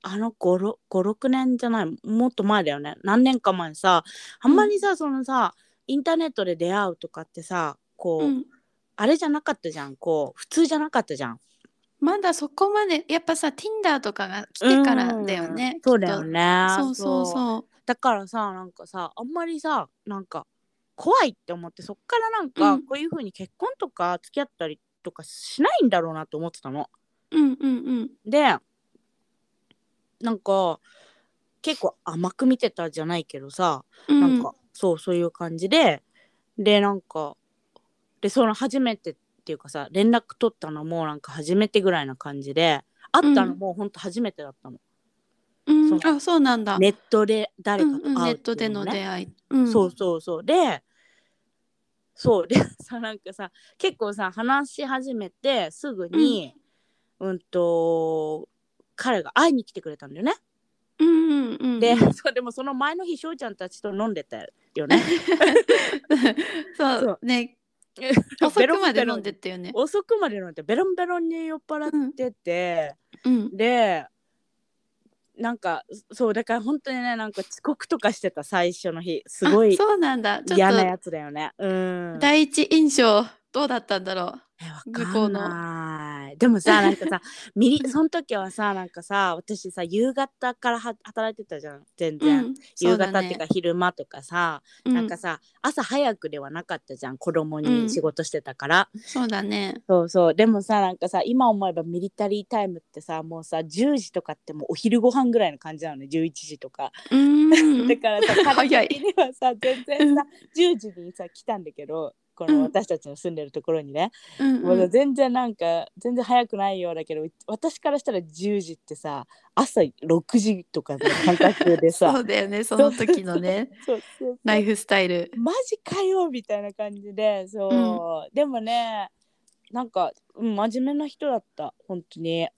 Speaker 3: あの56年じゃないもっと前だよね何年か前さあんまりさ、そのさインターネットで出会うとかってさこう、
Speaker 2: うん
Speaker 3: あれじゃなかったじゃんこう普通じゃなかったじゃん。
Speaker 2: まだそこまでやっぱさ Tinder とかが来てからだよね。きっ
Speaker 3: うん
Speaker 2: と
Speaker 3: そうだよね
Speaker 2: そうそうそう。
Speaker 3: だからさなんかさあんまりさなんか怖いって思ってそっからなんか、
Speaker 2: うん
Speaker 3: こういう風に結婚とか付き合ったりとかしないんだろうなと思ってたの。
Speaker 2: うんうんうん。
Speaker 3: でなんか結構甘く見てたじゃないけどさ、
Speaker 2: うん、
Speaker 3: なんかそうそういう感じででなんかでその初めてっていうかさ連絡取ったのもなんか初めてぐらいな感じで会ったのもほんと初めてだったの。
Speaker 2: うん
Speaker 3: そう
Speaker 2: あそうなんだ。
Speaker 3: ネットで
Speaker 2: う
Speaker 3: 誰か
Speaker 2: ん
Speaker 3: と
Speaker 2: うん、ネ
Speaker 3: 会う
Speaker 2: ット
Speaker 3: ってい
Speaker 2: で
Speaker 3: うね
Speaker 2: の出会い。うん、
Speaker 3: そうそうそうで そうでさなんかさ結構さ話し始めてすぐに、うんと彼が会いに来てくれたんだよね。
Speaker 2: うんうんうん
Speaker 3: で、
Speaker 2: うん
Speaker 3: そうでもその前の日翔ちゃんたちと飲んでたよ ね。
Speaker 2: そう
Speaker 3: そう
Speaker 2: ね遅
Speaker 3: ベロ
Speaker 2: く
Speaker 3: ン
Speaker 2: まで
Speaker 3: ベロ
Speaker 2: 飲
Speaker 3: ン
Speaker 2: んでったよね。
Speaker 3: 遅くまで飲んでベロンベロンに酔っ払ってて、
Speaker 2: うん
Speaker 3: でなんかそうだから本当にねなんか遅刻とかしてた最初の日すご
Speaker 2: あ
Speaker 3: い
Speaker 2: そうなんだちょ
Speaker 3: 嫌な
Speaker 2: っ
Speaker 3: やつだよね。うん
Speaker 2: と。第一印象どうだったんだろ
Speaker 3: えわ
Speaker 2: 向こ
Speaker 3: か
Speaker 2: うんの
Speaker 3: ない。 でもさなんかさミリ その時はさなんかさ私さ夕方からは働いてたじゃん全
Speaker 2: う。う
Speaker 3: 然、
Speaker 2: ん、
Speaker 3: 夕
Speaker 2: そう
Speaker 3: 方
Speaker 2: だ
Speaker 3: って
Speaker 2: ね
Speaker 3: いうか昼間とかさ、
Speaker 2: う
Speaker 3: なんかさ朝早くではなかったじゃん子供に仕事してたから、
Speaker 2: そうだね。
Speaker 3: そうそうでもさなんかさ今思えばミリタリータイムってさもうさ10時とかってもうお昼ご飯ぐらいの感じ なのね11時とか、
Speaker 2: うーん
Speaker 3: だからさ
Speaker 2: 早
Speaker 3: 彼
Speaker 2: い
Speaker 3: 的にはさ全然さ10時にさ来たんだけどこ
Speaker 2: うん
Speaker 3: の私たちの住んでるところにね、
Speaker 2: うん
Speaker 3: も
Speaker 2: う
Speaker 3: うん全然なんか全然早くないようだけどう私からしたら10時ってさ朝6時とかの感覚で
Speaker 2: そ
Speaker 3: さ
Speaker 2: うだよねその時のね
Speaker 3: そうそう
Speaker 2: ライフスタイル。
Speaker 3: マジかよみたいな感じでそう、でもねなんか、うん、真面目な人だった本当に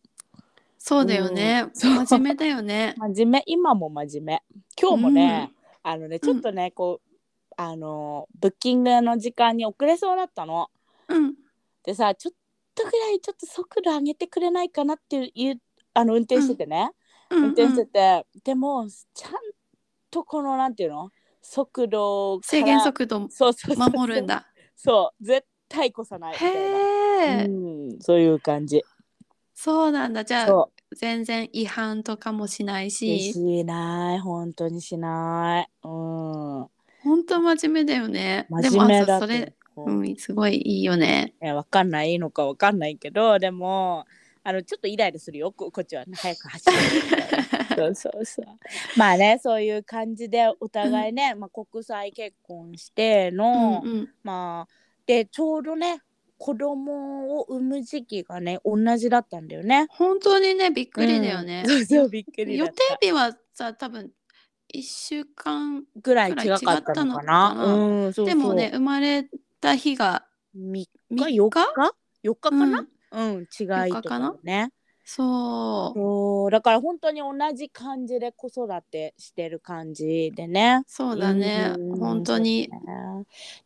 Speaker 2: そうだよね。
Speaker 3: そう
Speaker 2: 真面目だよね。
Speaker 3: 真面目今も真面目今日もね、あのねちょっとね、こうあのブッキングの時間に遅れそうだったの。
Speaker 2: うん
Speaker 3: でさちょっとぐらいちょっと速度上げてくれないかなっていういうあの運転しててね、
Speaker 2: うんう
Speaker 3: 運
Speaker 2: ん
Speaker 3: 転してて、でもちゃんとこのなんていうの速度から
Speaker 2: 制限速度
Speaker 3: そうそうそう
Speaker 2: 守るん だ。
Speaker 3: そう絶対越さないみ
Speaker 2: へ
Speaker 3: たいな、
Speaker 2: え、
Speaker 3: うん、そういう感じ
Speaker 2: そうなんだ。じゃあ
Speaker 3: そ
Speaker 2: 全然違反とかもしないうし、
Speaker 3: しない本当にしないうん
Speaker 2: 本当真面目だよね。で
Speaker 3: 真
Speaker 2: も
Speaker 3: 面目
Speaker 2: あ
Speaker 3: だ
Speaker 2: そそれ、
Speaker 3: と思う
Speaker 2: うん、すごいいいよね。
Speaker 3: えわかんないのかわかんないけどでもあのちょっとイライラするよここっちは、ね、早く走るみたい なそうそうそうまあねそういう感じでお互いね、まあ、国際結婚して
Speaker 2: うん
Speaker 3: の、
Speaker 2: うん
Speaker 3: まあでちょうどね子供を産む時期がね同じだったんだよね。
Speaker 2: 本当にねびっくりだよね
Speaker 3: うん。そうそうびっくりだ
Speaker 2: 予
Speaker 3: っ
Speaker 2: 定
Speaker 3: た
Speaker 2: 日はさ多分1週間
Speaker 3: ぐらい違かったの
Speaker 2: くらい違ったのか
Speaker 3: かな。
Speaker 2: な
Speaker 3: うん、そうそう
Speaker 2: でもね生まれた日が
Speaker 3: 3日
Speaker 2: 3
Speaker 3: 4日4日か
Speaker 2: う
Speaker 3: な、
Speaker 2: ん
Speaker 3: うん、違いと
Speaker 2: 日
Speaker 3: か
Speaker 2: か
Speaker 3: も
Speaker 2: な
Speaker 3: ね。
Speaker 2: そう
Speaker 3: そうだから本当に同じ感じで子育てしてる感じでね。
Speaker 2: そうだね
Speaker 3: うん
Speaker 2: 本当に。
Speaker 3: そうだね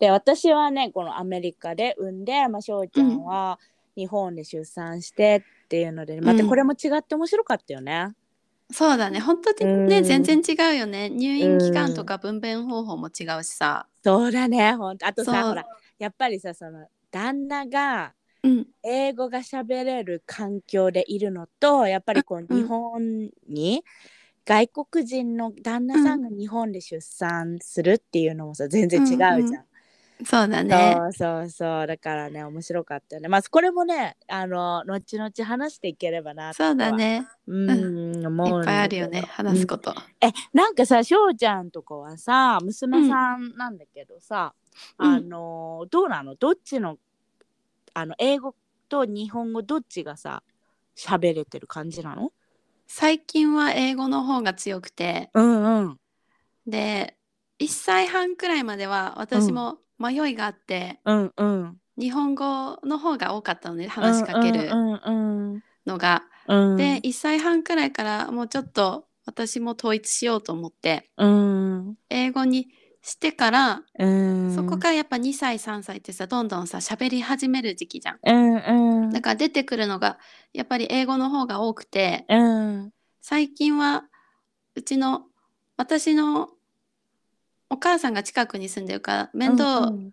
Speaker 3: で私はねこのアメリカで産んで、まあ、翔ちゃんは日本で出産してっていうので、またこれも違って面白かったよね。
Speaker 2: そうだね本当にね、
Speaker 3: うん
Speaker 2: 全然違うよね入院期間とか分娩方法も違うしさ、
Speaker 3: そうだねほんとあとさ
Speaker 2: そう
Speaker 3: ほらやっぱりさその旦那が
Speaker 2: うん、
Speaker 3: 英語が喋れる環境でいるのとやっぱりこう
Speaker 2: うん
Speaker 3: 日本に外国人の旦那さんが日本で出産するっていうのもさ全然違うじゃん。
Speaker 2: うんそうだね
Speaker 3: そうそうそうだからね面白かったよね。まあこれもねあの後々話していければなと
Speaker 2: そうだ。ね
Speaker 3: うん
Speaker 2: い
Speaker 3: 思う
Speaker 2: っ
Speaker 3: んだけど
Speaker 2: ぱいあるよね話すこと、
Speaker 3: えなんかさ翔ちゃんとかはさ娘さんなんだけどさ、
Speaker 2: うん
Speaker 3: あのどうなのどっちのあの英語と日本語どっちがさ喋れてる感じなの
Speaker 2: 最近は英語の方が強くて
Speaker 3: うんうん
Speaker 2: で1歳半くらいまでは私も迷いがあって、
Speaker 3: うんうん
Speaker 2: 日本語の方が多かったので話しかける
Speaker 3: うんうん
Speaker 2: のが、
Speaker 3: うん
Speaker 2: で1歳半くらいからもうちょっと私も統一しようと思って
Speaker 3: うん
Speaker 2: 英語にしてから、
Speaker 3: うん
Speaker 2: そこからやっぱ2歳3歳ってさどんどんさ喋り始める時期じゃん。
Speaker 3: うんうん
Speaker 2: だから出てくるのがやっぱり英語の方が多くて
Speaker 3: うん
Speaker 2: 最近はうちの私のお母さんが近くに住んでるから面
Speaker 3: う
Speaker 2: 倒
Speaker 3: ん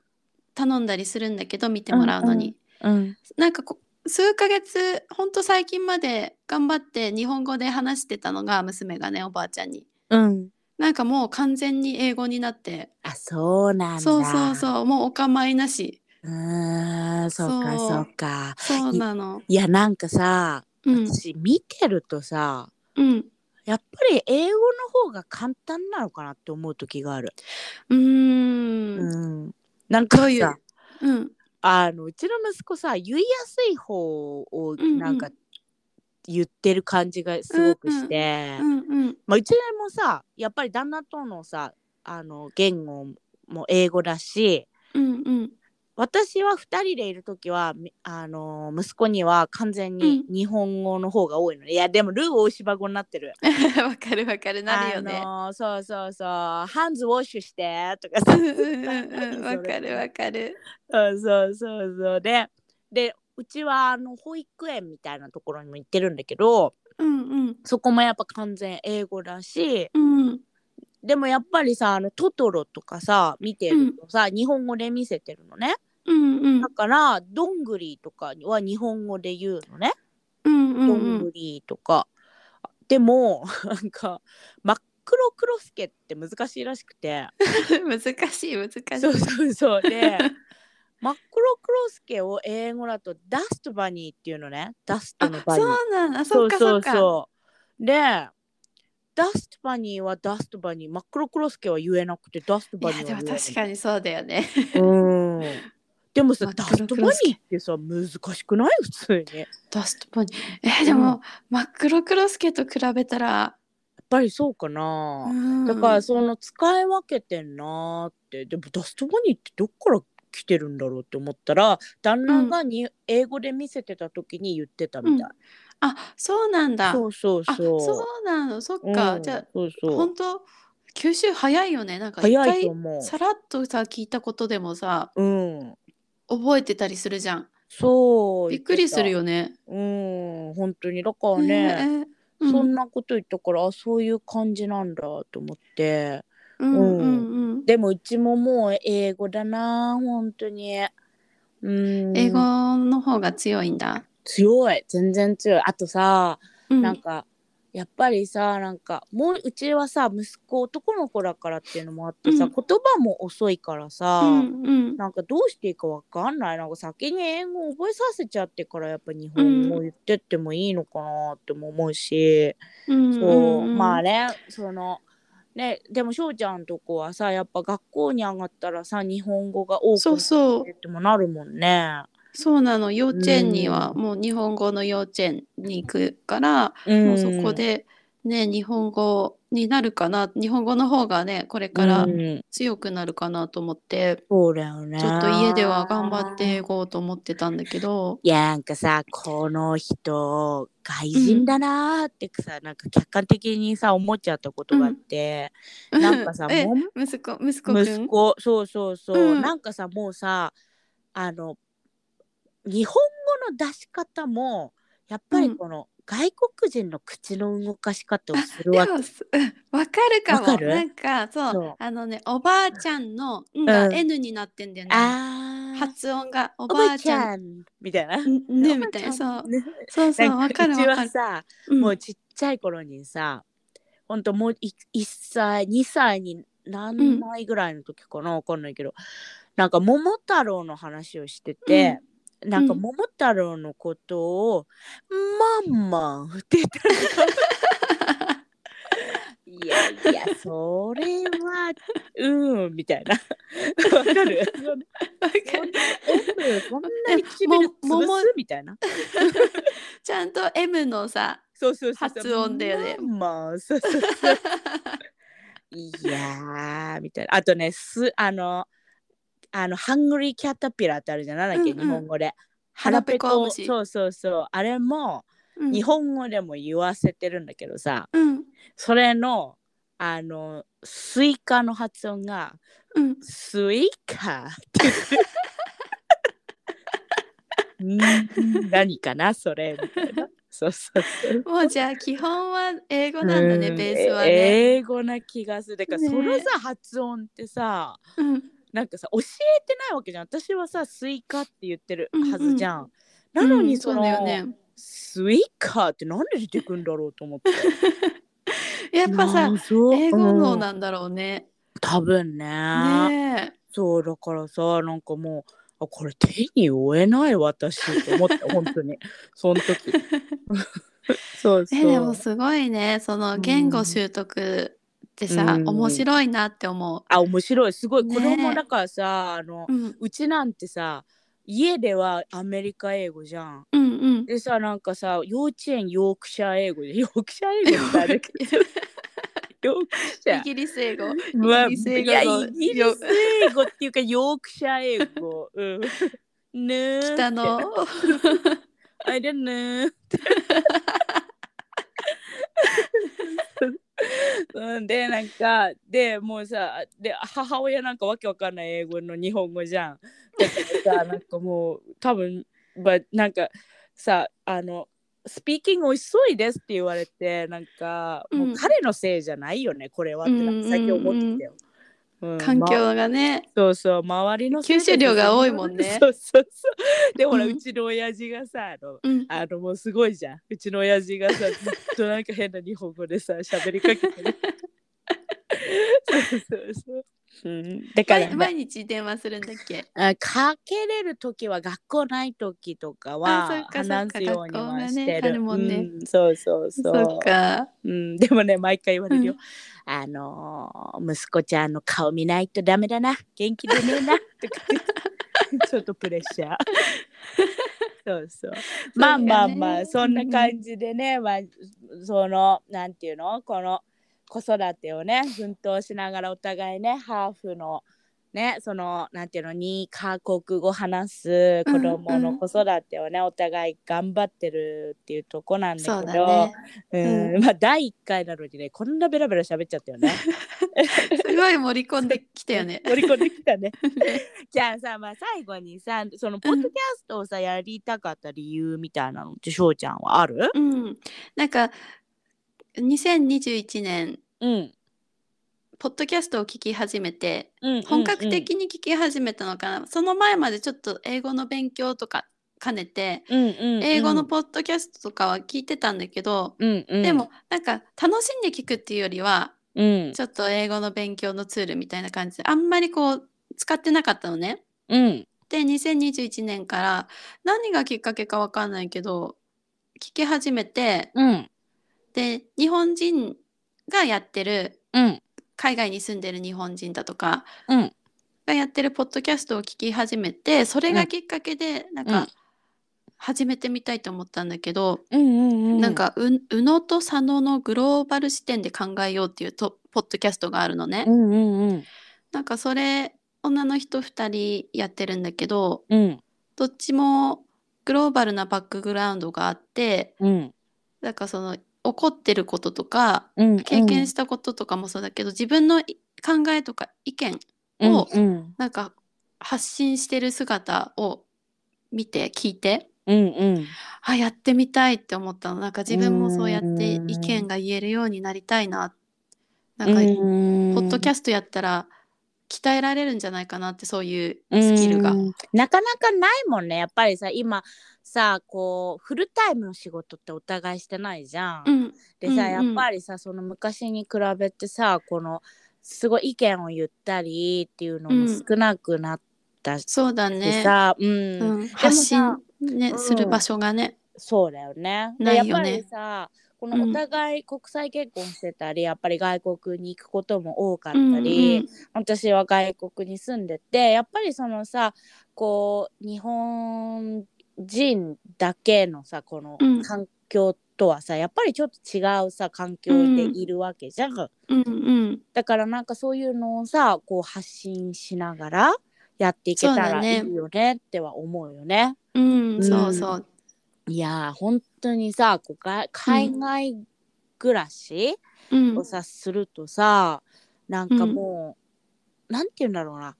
Speaker 2: 頼んだりするんだけど見てもらうのに、
Speaker 3: うん
Speaker 2: なんかこ数ヶ月ほんと最近まで頑張って日本語で話してたのが娘がねおばあちゃんに
Speaker 3: うん
Speaker 2: なんかもう完全に英語になって
Speaker 3: あそうなんだ
Speaker 2: そうそうそうもうお構いなし
Speaker 3: うーんそうか
Speaker 2: そう
Speaker 3: そうか
Speaker 2: そうなの
Speaker 3: いやなんかさ
Speaker 2: うん
Speaker 3: 私見てるとさ、
Speaker 2: うん
Speaker 3: やっぱり英語の方が簡単なのかなって思う時がある。
Speaker 2: う
Speaker 3: う
Speaker 2: ーん
Speaker 3: ん、なんか
Speaker 2: ど
Speaker 3: さ
Speaker 2: ういううん
Speaker 3: あのうちの息子さ言いやすい方を
Speaker 2: うんうん
Speaker 3: なんか言ってる感じがすごくして、う
Speaker 2: うんうん
Speaker 3: まあ、うちもさやっぱり旦那とのさあの言語も英語だし
Speaker 2: うんうん
Speaker 3: 私は2人でいる時は、みあのー息子には完全に日本語の方が多いので、いやでもルー大芝語になってる。
Speaker 2: わかるわかる なるよね
Speaker 3: あ。のーそうそうそう「ハンズウォッシュして」とかさ
Speaker 2: うんうんう んうんわかるわかる。
Speaker 3: そうそうそうそうででうちはあの保育園みたいなところにも行ってるんだけど
Speaker 2: うんうん
Speaker 3: そこもやっぱ完全英語だし
Speaker 2: うん
Speaker 3: でもやっぱりさ「あのトトロ」とかさ見てるとさ、日本語で見せてるのね
Speaker 2: うんうん
Speaker 3: だから「どんぐり」とかは日本語で言うのね
Speaker 2: うんう
Speaker 3: 「ど
Speaker 2: んうんん
Speaker 3: ぐり」とか、でもなんか真っ黒クロスケって難しいらし くて
Speaker 2: 難しい難しい。
Speaker 3: そうそうそう で。マックロクロスケを英語だとダストバニーっていうのねダスト
Speaker 2: あ
Speaker 3: のバニー
Speaker 2: そうなんだそっかそっか。
Speaker 3: うでダストバニーはダストバニーマックロクロスケは言えなくてダスト
Speaker 2: い
Speaker 3: バニ
Speaker 2: や
Speaker 3: ー
Speaker 2: で
Speaker 3: は
Speaker 2: も
Speaker 3: 言え
Speaker 2: 確かにそうだよね。
Speaker 3: にうんでもさ
Speaker 2: マッ
Speaker 3: ダ
Speaker 2: ク
Speaker 3: ス
Speaker 2: ロ
Speaker 3: ト
Speaker 2: ク
Speaker 3: バ
Speaker 2: ロスケ
Speaker 3: ニーってさ難しくない普通にやっ
Speaker 2: ダストポニー。えーでも、マクロクロスケと比べたら。
Speaker 3: ぱりそうかな、
Speaker 2: うん
Speaker 3: だからその使い分けてんなーってでもダストバニーってどっから来てるんだろうって思ったら旦那がに、英語で見せてた時に言ってたみたい、
Speaker 2: あそうなんだ。
Speaker 3: そうそう
Speaker 2: あ
Speaker 3: そう
Speaker 2: そうなのそっ
Speaker 3: うん
Speaker 2: か、じゃあ
Speaker 3: そうそう
Speaker 2: 本当吸収早いよねなんか一
Speaker 3: 早い
Speaker 2: 回
Speaker 3: と思う
Speaker 2: さらっとさ聞いたことでもさ
Speaker 3: うん
Speaker 2: 覚えてたりするじゃん
Speaker 3: そう
Speaker 2: びっくりする
Speaker 3: よ
Speaker 2: よね。
Speaker 3: うん本当にだからね、
Speaker 2: ねえうん
Speaker 3: そんなこと言ったからあそういう感じなんだと思って
Speaker 2: うんうんうん
Speaker 3: でもうちももう英語だな本当にうん
Speaker 2: 英語の方が強いんだ。
Speaker 3: 強い全然強いあとさ、
Speaker 2: うん
Speaker 3: なんかやっぱりさなんかもううちはさ息子男の子だからっていうのもあってさ、
Speaker 2: うん
Speaker 3: 言葉も遅いからさ、
Speaker 2: うんうん
Speaker 3: なんかどうしていいかわかんないなんか先に英語を覚えさせちゃってからやっぱ日本語言ってってもいいのかなっても思うし、
Speaker 2: うん
Speaker 3: そう
Speaker 2: うん
Speaker 3: まあねそのねでも翔ちゃんとこはさやっぱ学校に上がったらさ日本語が多く
Speaker 2: そうそう
Speaker 3: ってもなるもんね。
Speaker 2: そうなの幼稚園には
Speaker 3: う
Speaker 2: もう日本語の幼稚園に行くから、もうそこでね日本語になるかな日本語の方がねこれ
Speaker 3: う
Speaker 2: か
Speaker 3: ん
Speaker 2: ら
Speaker 3: うん
Speaker 2: 強くなるかなと思って。
Speaker 3: そうだよね
Speaker 2: ちょっと家では頑張っていこうと思ってたんだけど、
Speaker 3: いやなんかさこの人外人だなーってさ、なんか客観的にさ思っちゃったことがあって、なんか さ
Speaker 2: え
Speaker 3: もん
Speaker 2: 息子息子くん
Speaker 3: 息子そうそうそう、
Speaker 2: うん
Speaker 3: なんかさもうさあの日本語の出し方もやっぱ
Speaker 2: う
Speaker 3: り
Speaker 2: ん
Speaker 3: この外国人の口の動かし方をする
Speaker 2: で
Speaker 3: わけ、
Speaker 2: もすうんわかるかも
Speaker 3: わかる
Speaker 2: なんかそう
Speaker 3: そう
Speaker 2: あのねおばあちゃんの「ん」が
Speaker 3: うん
Speaker 2: N になってんだよね、
Speaker 3: あー
Speaker 2: 発音がお
Speaker 3: お
Speaker 2: ば
Speaker 3: ば
Speaker 2: あ
Speaker 3: あ
Speaker 2: ち
Speaker 3: ち
Speaker 2: ゃん
Speaker 3: ゃんみたいな。
Speaker 2: んねみたいな そう
Speaker 3: ね
Speaker 2: そうそう
Speaker 3: な
Speaker 2: わ
Speaker 3: ん
Speaker 2: かる
Speaker 3: う
Speaker 2: わ
Speaker 3: ち
Speaker 2: か
Speaker 3: は
Speaker 2: る、
Speaker 3: さ
Speaker 2: うん
Speaker 3: もうちっちゃい頃にさほんともうい1歳2歳に何歳ぐらいの時かなわかんないけどなんか桃太郎の話をしてて、なんか
Speaker 2: うん
Speaker 3: 桃太郎のことを「マンマン」って言ったのいやいやそれはうんみたいなわか る
Speaker 2: わかる
Speaker 3: そんなに唇
Speaker 2: も
Speaker 3: 潰
Speaker 2: 桃
Speaker 3: すみたいな
Speaker 2: ちゃんと M のさ
Speaker 3: そうそうそうそう
Speaker 2: 発音だよね
Speaker 3: まあまあそうそうそういやーみたいなあとねすあのあのハングリーキャタピラーってあるじゃんなんだっけ、
Speaker 2: うんうん
Speaker 3: 日本語で
Speaker 2: 腹ペコ虫
Speaker 3: そうそうそうあれも
Speaker 2: うん
Speaker 3: 日本語でも言わせてるんだけどさ、
Speaker 2: うん
Speaker 3: それのあのスイカの発音が
Speaker 2: うん
Speaker 3: 「スイ カ」って言ってるん何かなそれみたいなそうそうそう
Speaker 2: もうじゃあ基本は英語なんだね、
Speaker 3: うん
Speaker 2: ベースはね、
Speaker 3: え英語な気がする。だから
Speaker 2: ね
Speaker 3: そのさ、発音ってさ、
Speaker 2: うん
Speaker 3: なんかさ教えてないわけじゃん。私はさスイカって言ってるはずじゃ
Speaker 2: う
Speaker 3: ん。
Speaker 2: ん
Speaker 3: なの
Speaker 2: う
Speaker 3: に
Speaker 2: んそ
Speaker 3: そ
Speaker 2: う
Speaker 3: の、
Speaker 2: だよね
Speaker 3: スイカってなんで出てくるんだろう と思って。
Speaker 2: やっぱさ
Speaker 3: 謎
Speaker 2: 英語
Speaker 3: う
Speaker 2: の
Speaker 3: ん
Speaker 2: なんだろうね、
Speaker 3: 多分ね
Speaker 2: ねえ
Speaker 3: そうだからさなんかもうあこれ手に負えない私と思 って本当にその時そうそう
Speaker 2: えでもすごいねその言
Speaker 3: う
Speaker 2: 語
Speaker 3: ん
Speaker 2: 習得ってさ、
Speaker 3: うん
Speaker 2: 面白いなって思
Speaker 3: あ面白いすごい
Speaker 2: ね
Speaker 3: 子供だからさ、あの
Speaker 2: う、うん、
Speaker 3: うちなんてさ家ではアメリカ英語じゃん。
Speaker 2: うんうん
Speaker 3: で さなんかさ幼稚園ヨークシャー英語でヨークシャー英語ってあれヨークシャ
Speaker 2: イギリス英語。イ
Speaker 3: ーは
Speaker 2: ギリス英
Speaker 3: い
Speaker 2: 語
Speaker 3: や
Speaker 2: の
Speaker 3: イギリ
Speaker 2: よ
Speaker 3: ス英語っていうかヨークシャー英語。うん、ぬ ー
Speaker 2: 北の。
Speaker 3: I don't know うんでなんかでもうさで母親なんかわけわかんない英語の日本語じゃん。だけどさなんかもう多分ばなんかさあの「スピーキングお急いです」って言われてなんか、もううん彼のせいじゃないよねこれはってなんか最近思ってたよ。うん
Speaker 2: 環
Speaker 3: ま
Speaker 2: 境がね。
Speaker 3: そうそう周りのせいで
Speaker 2: 吸収量が多いもんね
Speaker 3: そうそうそうでほら、う
Speaker 2: うん
Speaker 3: ちの親父がさあの
Speaker 2: うん。
Speaker 3: あのもうすごいじゃんうちの親父が さずっとなんか変な日本語でさ喋りかけてるそうそうそう、うん、だから、
Speaker 2: 毎毎日電話するんだっけ。
Speaker 3: あかけれる時は学校ない時とかは
Speaker 2: あそっかそっか
Speaker 3: 話すようにはし
Speaker 2: 学校がね
Speaker 3: て
Speaker 2: あるもんね
Speaker 3: うん、そうそうそう
Speaker 2: そっか。
Speaker 3: うん、でもね毎回言われるよ、
Speaker 2: う
Speaker 3: あのー息子ちゃんの顔見ないとダメだな元気でねえな とか言ってちょっとプレッシャー そうそうまあまあまあそんな感じでね、まあ、そのなんていうのこの子育てをね奮闘しながらお互いねハーフのねそのなんていうのにカ国語話す子供の子育てをね、お互い頑張ってるっていうとこなんだけど
Speaker 2: そうだね。
Speaker 3: うん
Speaker 2: う
Speaker 3: まあ第1回なのにねこんなベラベラ喋っちゃったよね。。
Speaker 2: すごい盛り込んできたよね
Speaker 3: 乗り込んできたね。じゃあさ、まあ、最後にさそのポッドキャストをさ、やりたかった理由みたいなのって翔ちゃんはある
Speaker 2: うん。なんか2021年
Speaker 3: うん。
Speaker 2: ポッドキャストを聞き始めて
Speaker 3: うん、
Speaker 2: 本格的に聞き始めたのかな、その前までちょっと英語の勉強とか兼ねて
Speaker 3: うん、うんうん、
Speaker 2: 英語のポッドキャストとかは聞いてたんだけど、
Speaker 3: うん、うん、
Speaker 2: でもなんか楽しんで聞くっていうよりは
Speaker 3: うん、
Speaker 2: ちょっと英語の勉強のツールみたいな感じであんまりこう使ってなかったのね。
Speaker 3: うん、
Speaker 2: で2021年から何がきっかけかわかんないけど聞き始めて
Speaker 3: うん、
Speaker 2: で日本人がやってる
Speaker 3: うん、
Speaker 2: 海外に住んでる日本人だとか
Speaker 3: うん、
Speaker 2: がやってるポッドキャストを聞き始めてそれがきっかけでなん
Speaker 3: うん
Speaker 2: か始めてみたいと思ったんだけど、
Speaker 3: うん、うん、
Speaker 2: なん、かう宇野と佐野のグローバル視点で考えようっていうとポッドキャストがあるのね。
Speaker 3: うん、うん、うん、
Speaker 2: なんかそれ女の人2人やってるんだけど
Speaker 3: うん、
Speaker 2: どっちもグローバルなバックグラウンドがあって
Speaker 3: うん、
Speaker 2: なんかその怒ってることとか
Speaker 3: うん、
Speaker 2: 経験したこととかもそうだけど、自分のい考えとか意見を
Speaker 3: うん、
Speaker 2: なんか発信してる姿を見て聞いて
Speaker 3: うん、うん、
Speaker 2: あやってみたいって思ったのなんか自分もそうやって
Speaker 3: うん
Speaker 2: 意見が言えるようになりたいなな
Speaker 3: なん
Speaker 2: んか、ポッ
Speaker 3: ポ
Speaker 2: ドキ
Speaker 3: ャス
Speaker 2: ャストやったら鍛えられるんじゃないかなってそういう
Speaker 3: ト
Speaker 2: スキルが。
Speaker 3: なかなかないもんねやっぱりさ今さこうフルタイムの仕事ってお互いしてないじゃん。
Speaker 2: うん
Speaker 3: で
Speaker 2: うん
Speaker 3: さ、
Speaker 2: うん
Speaker 3: やっぱりさその昔に比べてさこのすごい意見を言ったりっていうのも
Speaker 2: うん
Speaker 3: 少なくなったし
Speaker 2: そうだね、
Speaker 3: さ、うん
Speaker 2: うん、発信
Speaker 3: でもさ、
Speaker 2: ね
Speaker 3: うん
Speaker 2: する場所がね。
Speaker 3: そうだよね。で
Speaker 2: ないよね
Speaker 3: やっぱりさこのお互い国際結婚してたり、やっぱり外国に行くことも多かったり、
Speaker 2: うん
Speaker 3: 私は外国に住んでてやっぱりそのさこう日本人だけのさこの
Speaker 2: うん
Speaker 3: 環境とはさ、やっぱりちょっと違うさ環境でいるわけじゃん、
Speaker 2: うんうん
Speaker 3: だからなんかそういうのをさこう発信しながらやっていけた
Speaker 2: そうだ
Speaker 3: ら
Speaker 2: ね
Speaker 3: いいよねっては思うよね。
Speaker 2: うん、
Speaker 3: う
Speaker 2: うんん、そうそう。
Speaker 3: いやー本当にさこうが海外暮らし、
Speaker 2: うん
Speaker 3: をさするとさなんかもう、なんて言うんだろうな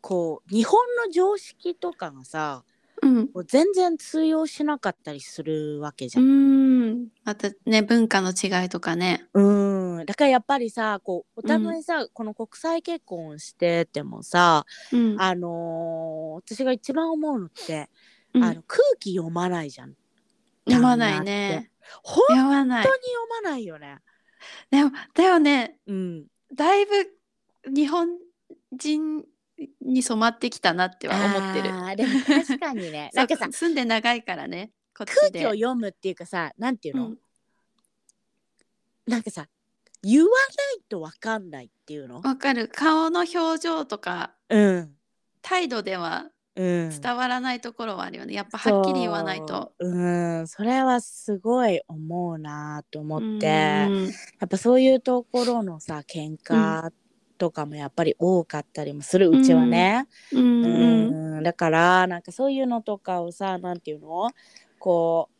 Speaker 3: こう日本の常識とかがさ
Speaker 2: うん
Speaker 3: もう全然通用しなかったりするわけじ
Speaker 2: う
Speaker 3: ゃん。
Speaker 2: ん、またね文化の違いとかね。
Speaker 3: うん、だからやっぱりさこうお互いさ、この国際結婚をしててもさ、
Speaker 2: うん、
Speaker 3: あのー私が一番思うのって、
Speaker 2: うん
Speaker 3: あの空気読まないじゃん。
Speaker 2: 読まないね。
Speaker 3: 本
Speaker 2: 読まない
Speaker 3: 当。に読まないよね。
Speaker 2: でもだよね
Speaker 3: うん、
Speaker 2: だいぶ日本人に染まってきたなっては思ってる。
Speaker 3: あーでも 確かにねなんかさ
Speaker 2: そう住んで長いからねこっ
Speaker 3: 空
Speaker 2: ちで。
Speaker 3: 気を読むっていうかさなんていうの、
Speaker 2: うん
Speaker 3: なんかさ言わないとわかんないっていうの
Speaker 2: わかる顔の表情とか
Speaker 3: うん
Speaker 2: 態度では
Speaker 3: うん、
Speaker 2: 伝わらないところはあるよねやっぱはっきり言わないと。
Speaker 3: そううんそれはすごい思うなと思って、や
Speaker 2: うん
Speaker 3: っぱそういうところのさ喧嘩とかもやっぱり多かったりもするうちはね、
Speaker 2: うんうん
Speaker 3: うんだからなんかそういうのとかをさなんていうのこ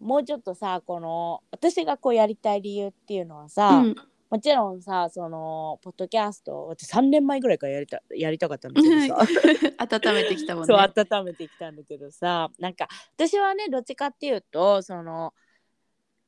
Speaker 3: うもうちょっとさこの私がこうやりたい理由っていうのはさ、
Speaker 2: うん
Speaker 3: もちろんさそのポッドキャスト私3年前ぐらいからやりたやりたかったんだけどさ。
Speaker 2: 温めてきたもん
Speaker 3: そう
Speaker 2: ね。
Speaker 3: 温めてきたんだけどさなんか私はねどっちかっていうとその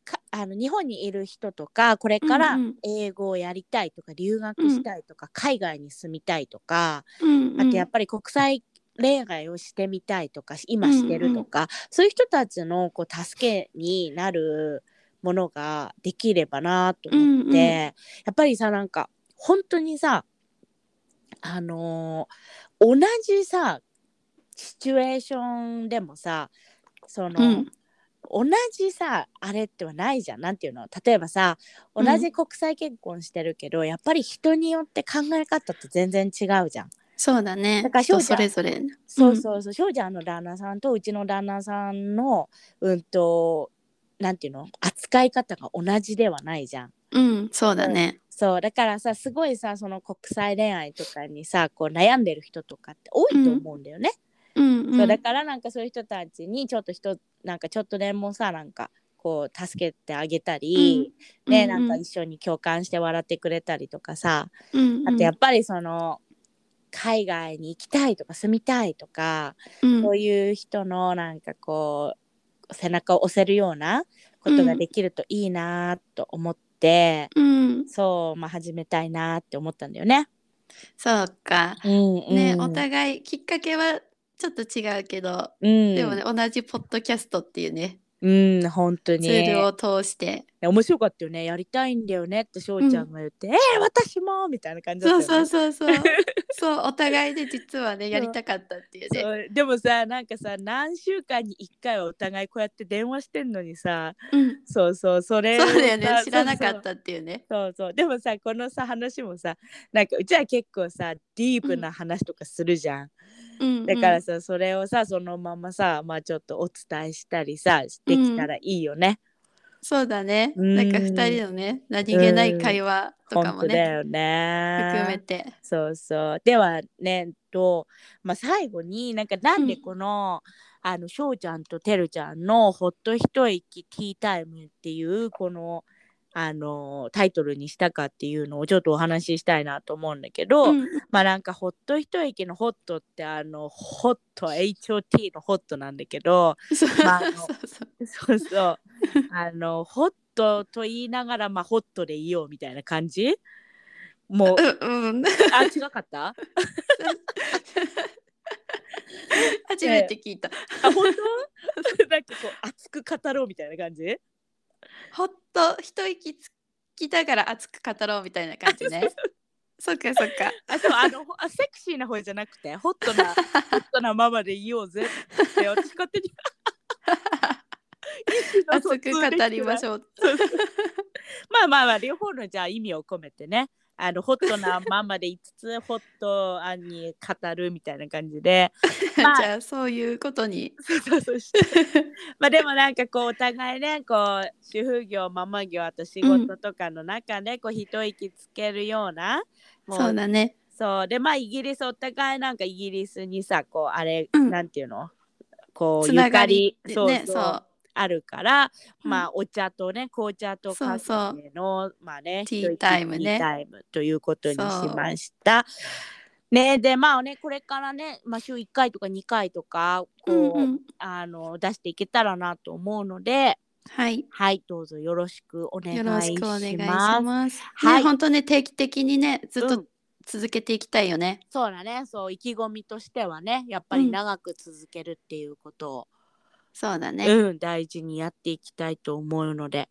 Speaker 3: かあの日本にいる人とかこれから
Speaker 2: うんうん
Speaker 3: 英語をやりたいとか留学したいとか、海外に住みたいとか、
Speaker 2: うん
Speaker 3: あとやっぱり国際恋愛をしてみたいとか今してるとか、そういう人たちのこう助けになるものができればなと思っ
Speaker 2: うん
Speaker 3: て、
Speaker 2: うん
Speaker 3: やっぱりさなんか本当にさあのー同じさシチュエーションでもさその、
Speaker 2: うん
Speaker 3: 同じさあれってはないじゃんなんていうの例えばさ同じ国際結婚してるけど、やっぱり人によって考え方って全然違うじゃん。
Speaker 2: そうだね。
Speaker 3: だから
Speaker 2: 人
Speaker 3: 翔ちゃ
Speaker 2: そ
Speaker 3: ん
Speaker 2: れぞれ。
Speaker 3: そうそうそう、翔ちゃんの旦那さんとうちの旦那さんのうんとなんていうの扱い方が同じではないじゃん。
Speaker 2: うん、そうだね。
Speaker 3: そうだからさすごいさその国際恋愛とかにさこう悩んでる人とかって多いと思うんだよね。
Speaker 2: うん、うん。
Speaker 3: そうだからなんかそういう人たちにちょっと人なんかちょっとでもさなんかこう助けてあげたり、
Speaker 2: うん
Speaker 3: ね、
Speaker 2: うん
Speaker 3: なんか一緒に共感して笑ってくれたりとかさ、
Speaker 2: うんうん、
Speaker 3: あとやっぱりその海外に行きたいとか住みたいとか
Speaker 2: うん
Speaker 3: そういう人のなんかこう背中を押せるようなことができるといいなと思って、
Speaker 2: うん、
Speaker 3: そう、まあ、始めたいなって思ったんだよね。
Speaker 2: そうか。
Speaker 3: うん
Speaker 2: ね、お互いきっかけはちょっと違うけど、
Speaker 3: うん、
Speaker 2: でもね、同じポッドキャストっていうね、
Speaker 3: うん、本当に
Speaker 2: ツールを通して。
Speaker 3: 面白かったよねやりたいんだよねって翔ちゃんが言って「えー、私も!」みたいな感じだ
Speaker 2: そ
Speaker 3: っ
Speaker 2: う
Speaker 3: た
Speaker 2: そ
Speaker 3: よ
Speaker 2: う
Speaker 3: ね
Speaker 2: そうそう。 そう、お互いで実はね、やりたかったっていうね。
Speaker 3: そうでもさなんかさ何週間に1回はお互いこうやって電話してんのにさ
Speaker 2: うん、
Speaker 3: そうそうそれ
Speaker 2: そうだよ
Speaker 3: さ
Speaker 2: ね、知らなか
Speaker 3: そうそう
Speaker 2: ったっていうね。
Speaker 3: そうそうでもさこのさ話もさなんかうちは結構さディープな話とかするじゃん、
Speaker 2: うんうん
Speaker 3: だからさそれをさそのままさまあちょっとお伝えしたりさできたらいいよね、
Speaker 2: そうだね。
Speaker 3: うん
Speaker 2: なんか二人のね、何気ない会話とか
Speaker 3: 本
Speaker 2: も
Speaker 3: 当だ
Speaker 2: ね、
Speaker 3: よね
Speaker 2: 含めて。
Speaker 3: そうそうではねと、まあ、最後になんかなんでこの、あのしょうちゃんとてるちゃんの「ほっと一息ティータイム」っていうこのあのタイトルにしたかっていうのをちょっとお話ししたいなと思うんだけど、
Speaker 2: うん
Speaker 3: まあなんかほっと一息のホットってあのホット HOT のホットなんだけど
Speaker 2: そう
Speaker 3: まああの
Speaker 2: そうそう
Speaker 3: そうそうあのホットと言いながらまあホットでいようみたいな感じもう
Speaker 2: うん うん。
Speaker 3: あ違か った
Speaker 2: 初めて聞いた。
Speaker 3: あ本当なんかこう熱く語ろうみたいな感じ
Speaker 2: ほっと一息つきながら熱く語ろうみたいな感じ ね。そっかそっか。
Speaker 3: あそうあのほあセクシーな方じゃなくてホット なホットなママでいようぜって私勝 手に
Speaker 2: 熱く語りまし
Speaker 3: ょう
Speaker 2: ょう。
Speaker 3: まあまあまあ両方のじゃあ意味を込めてねあのホットなママで5つ ホットあに語るみたいな感じでまあ
Speaker 2: じゃあそういうことに。
Speaker 3: そうそうそうしてまあでもなんかこうお互いねこう主婦業ママ業あと仕事とかの中でこう一息つけるような、も
Speaker 2: そうだね。
Speaker 3: そうでまあイギリスお互いなんかイギリスにさこうあれ、
Speaker 2: うん
Speaker 3: なんていうのこう
Speaker 2: つな
Speaker 3: ゆ
Speaker 2: が
Speaker 3: か
Speaker 2: りね。
Speaker 3: りそうそう
Speaker 2: そう
Speaker 3: あるから、
Speaker 2: うん
Speaker 3: まあお茶とね紅茶と
Speaker 2: そう
Speaker 3: カフ
Speaker 2: そう
Speaker 3: ェのまあね
Speaker 2: ティー
Speaker 3: 一息
Speaker 2: タイムね
Speaker 3: ティータイムということにしました。ねでまあねこれからね、まあ、週1回とか2回とかこう、
Speaker 2: うんうん
Speaker 3: あの出していけたらなと思うので
Speaker 2: はい。
Speaker 3: はいどうぞよろしくお願い
Speaker 2: よ
Speaker 3: し
Speaker 2: ろ
Speaker 3: ます。
Speaker 2: しくお願いし
Speaker 3: す
Speaker 2: ます。
Speaker 3: はい
Speaker 2: ね、本当ね、定期的にね、ずっ
Speaker 3: うん
Speaker 2: と続けていきたいよね。
Speaker 3: そうだねそう意気込みとしてはねやっぱり
Speaker 2: うん
Speaker 3: 長く続けるっていうことを、
Speaker 2: そうだ
Speaker 3: うん
Speaker 2: ね。
Speaker 3: 大事にやっていきたいと思うので、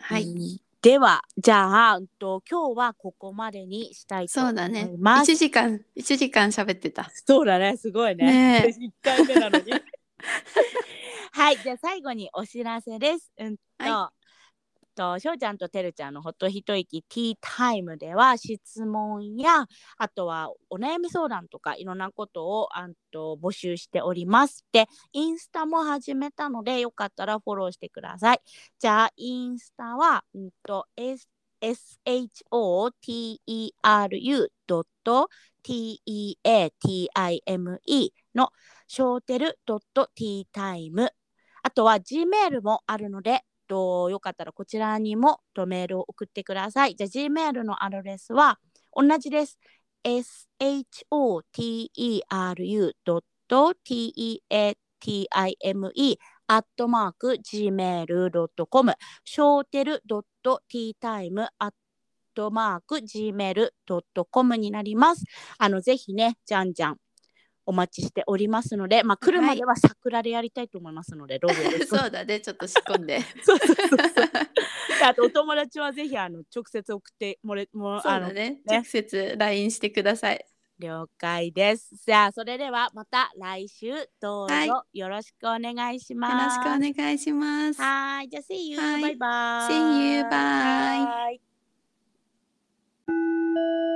Speaker 2: はい。
Speaker 3: い、ではじゃあ、うんと、今日はここまでにしたいと
Speaker 2: そ
Speaker 3: 思
Speaker 2: うだね
Speaker 3: い。ます。
Speaker 2: 一時間、一時間喋ってた。
Speaker 3: そうだねすごい
Speaker 2: ねえ
Speaker 3: 一回目なのにはいじゃあ最後にお知らせですうんと、
Speaker 2: は
Speaker 3: としょうちゃんとてるちゃんのほっと一息ティータイムでは質問やあとはお悩み相談とかいろんなことをあんと募集しておりますでインスタも始めたのでよかったらフォローしてくださいじゃあインスタは、うんと、S shoteru.teatime のショーテル .teatime あとは Gmail もあるのでとよかったらこちらにもとメールを送ってください。じゃあ Gmail のアドレスは同じです。shoteru.teatime アットマーク gmail.com ショーテル .teatime アットマーク gmail.com になります。あのぜひね、じゃんじゃんお待ちしておりますので、まあ、来るまでは桜でやりたいと思いますので、どうぞ よろしくお願いしま す
Speaker 2: そうだねちょっと仕込んで
Speaker 3: そうそ うそうそうであとお友達はぜひあの直接送ってもれも
Speaker 2: そう
Speaker 3: あ
Speaker 2: だ
Speaker 3: の
Speaker 2: ね直接 LINE してください
Speaker 3: 了解です。じゃあそれではまた来週どうぞ
Speaker 2: はい
Speaker 3: よろしくお願いし
Speaker 2: よ
Speaker 3: ま
Speaker 2: ろ
Speaker 3: す。
Speaker 2: しくお願いします
Speaker 3: はーいじゃあ See you
Speaker 2: はい
Speaker 3: バイバイ。
Speaker 2: See you bye
Speaker 3: はーい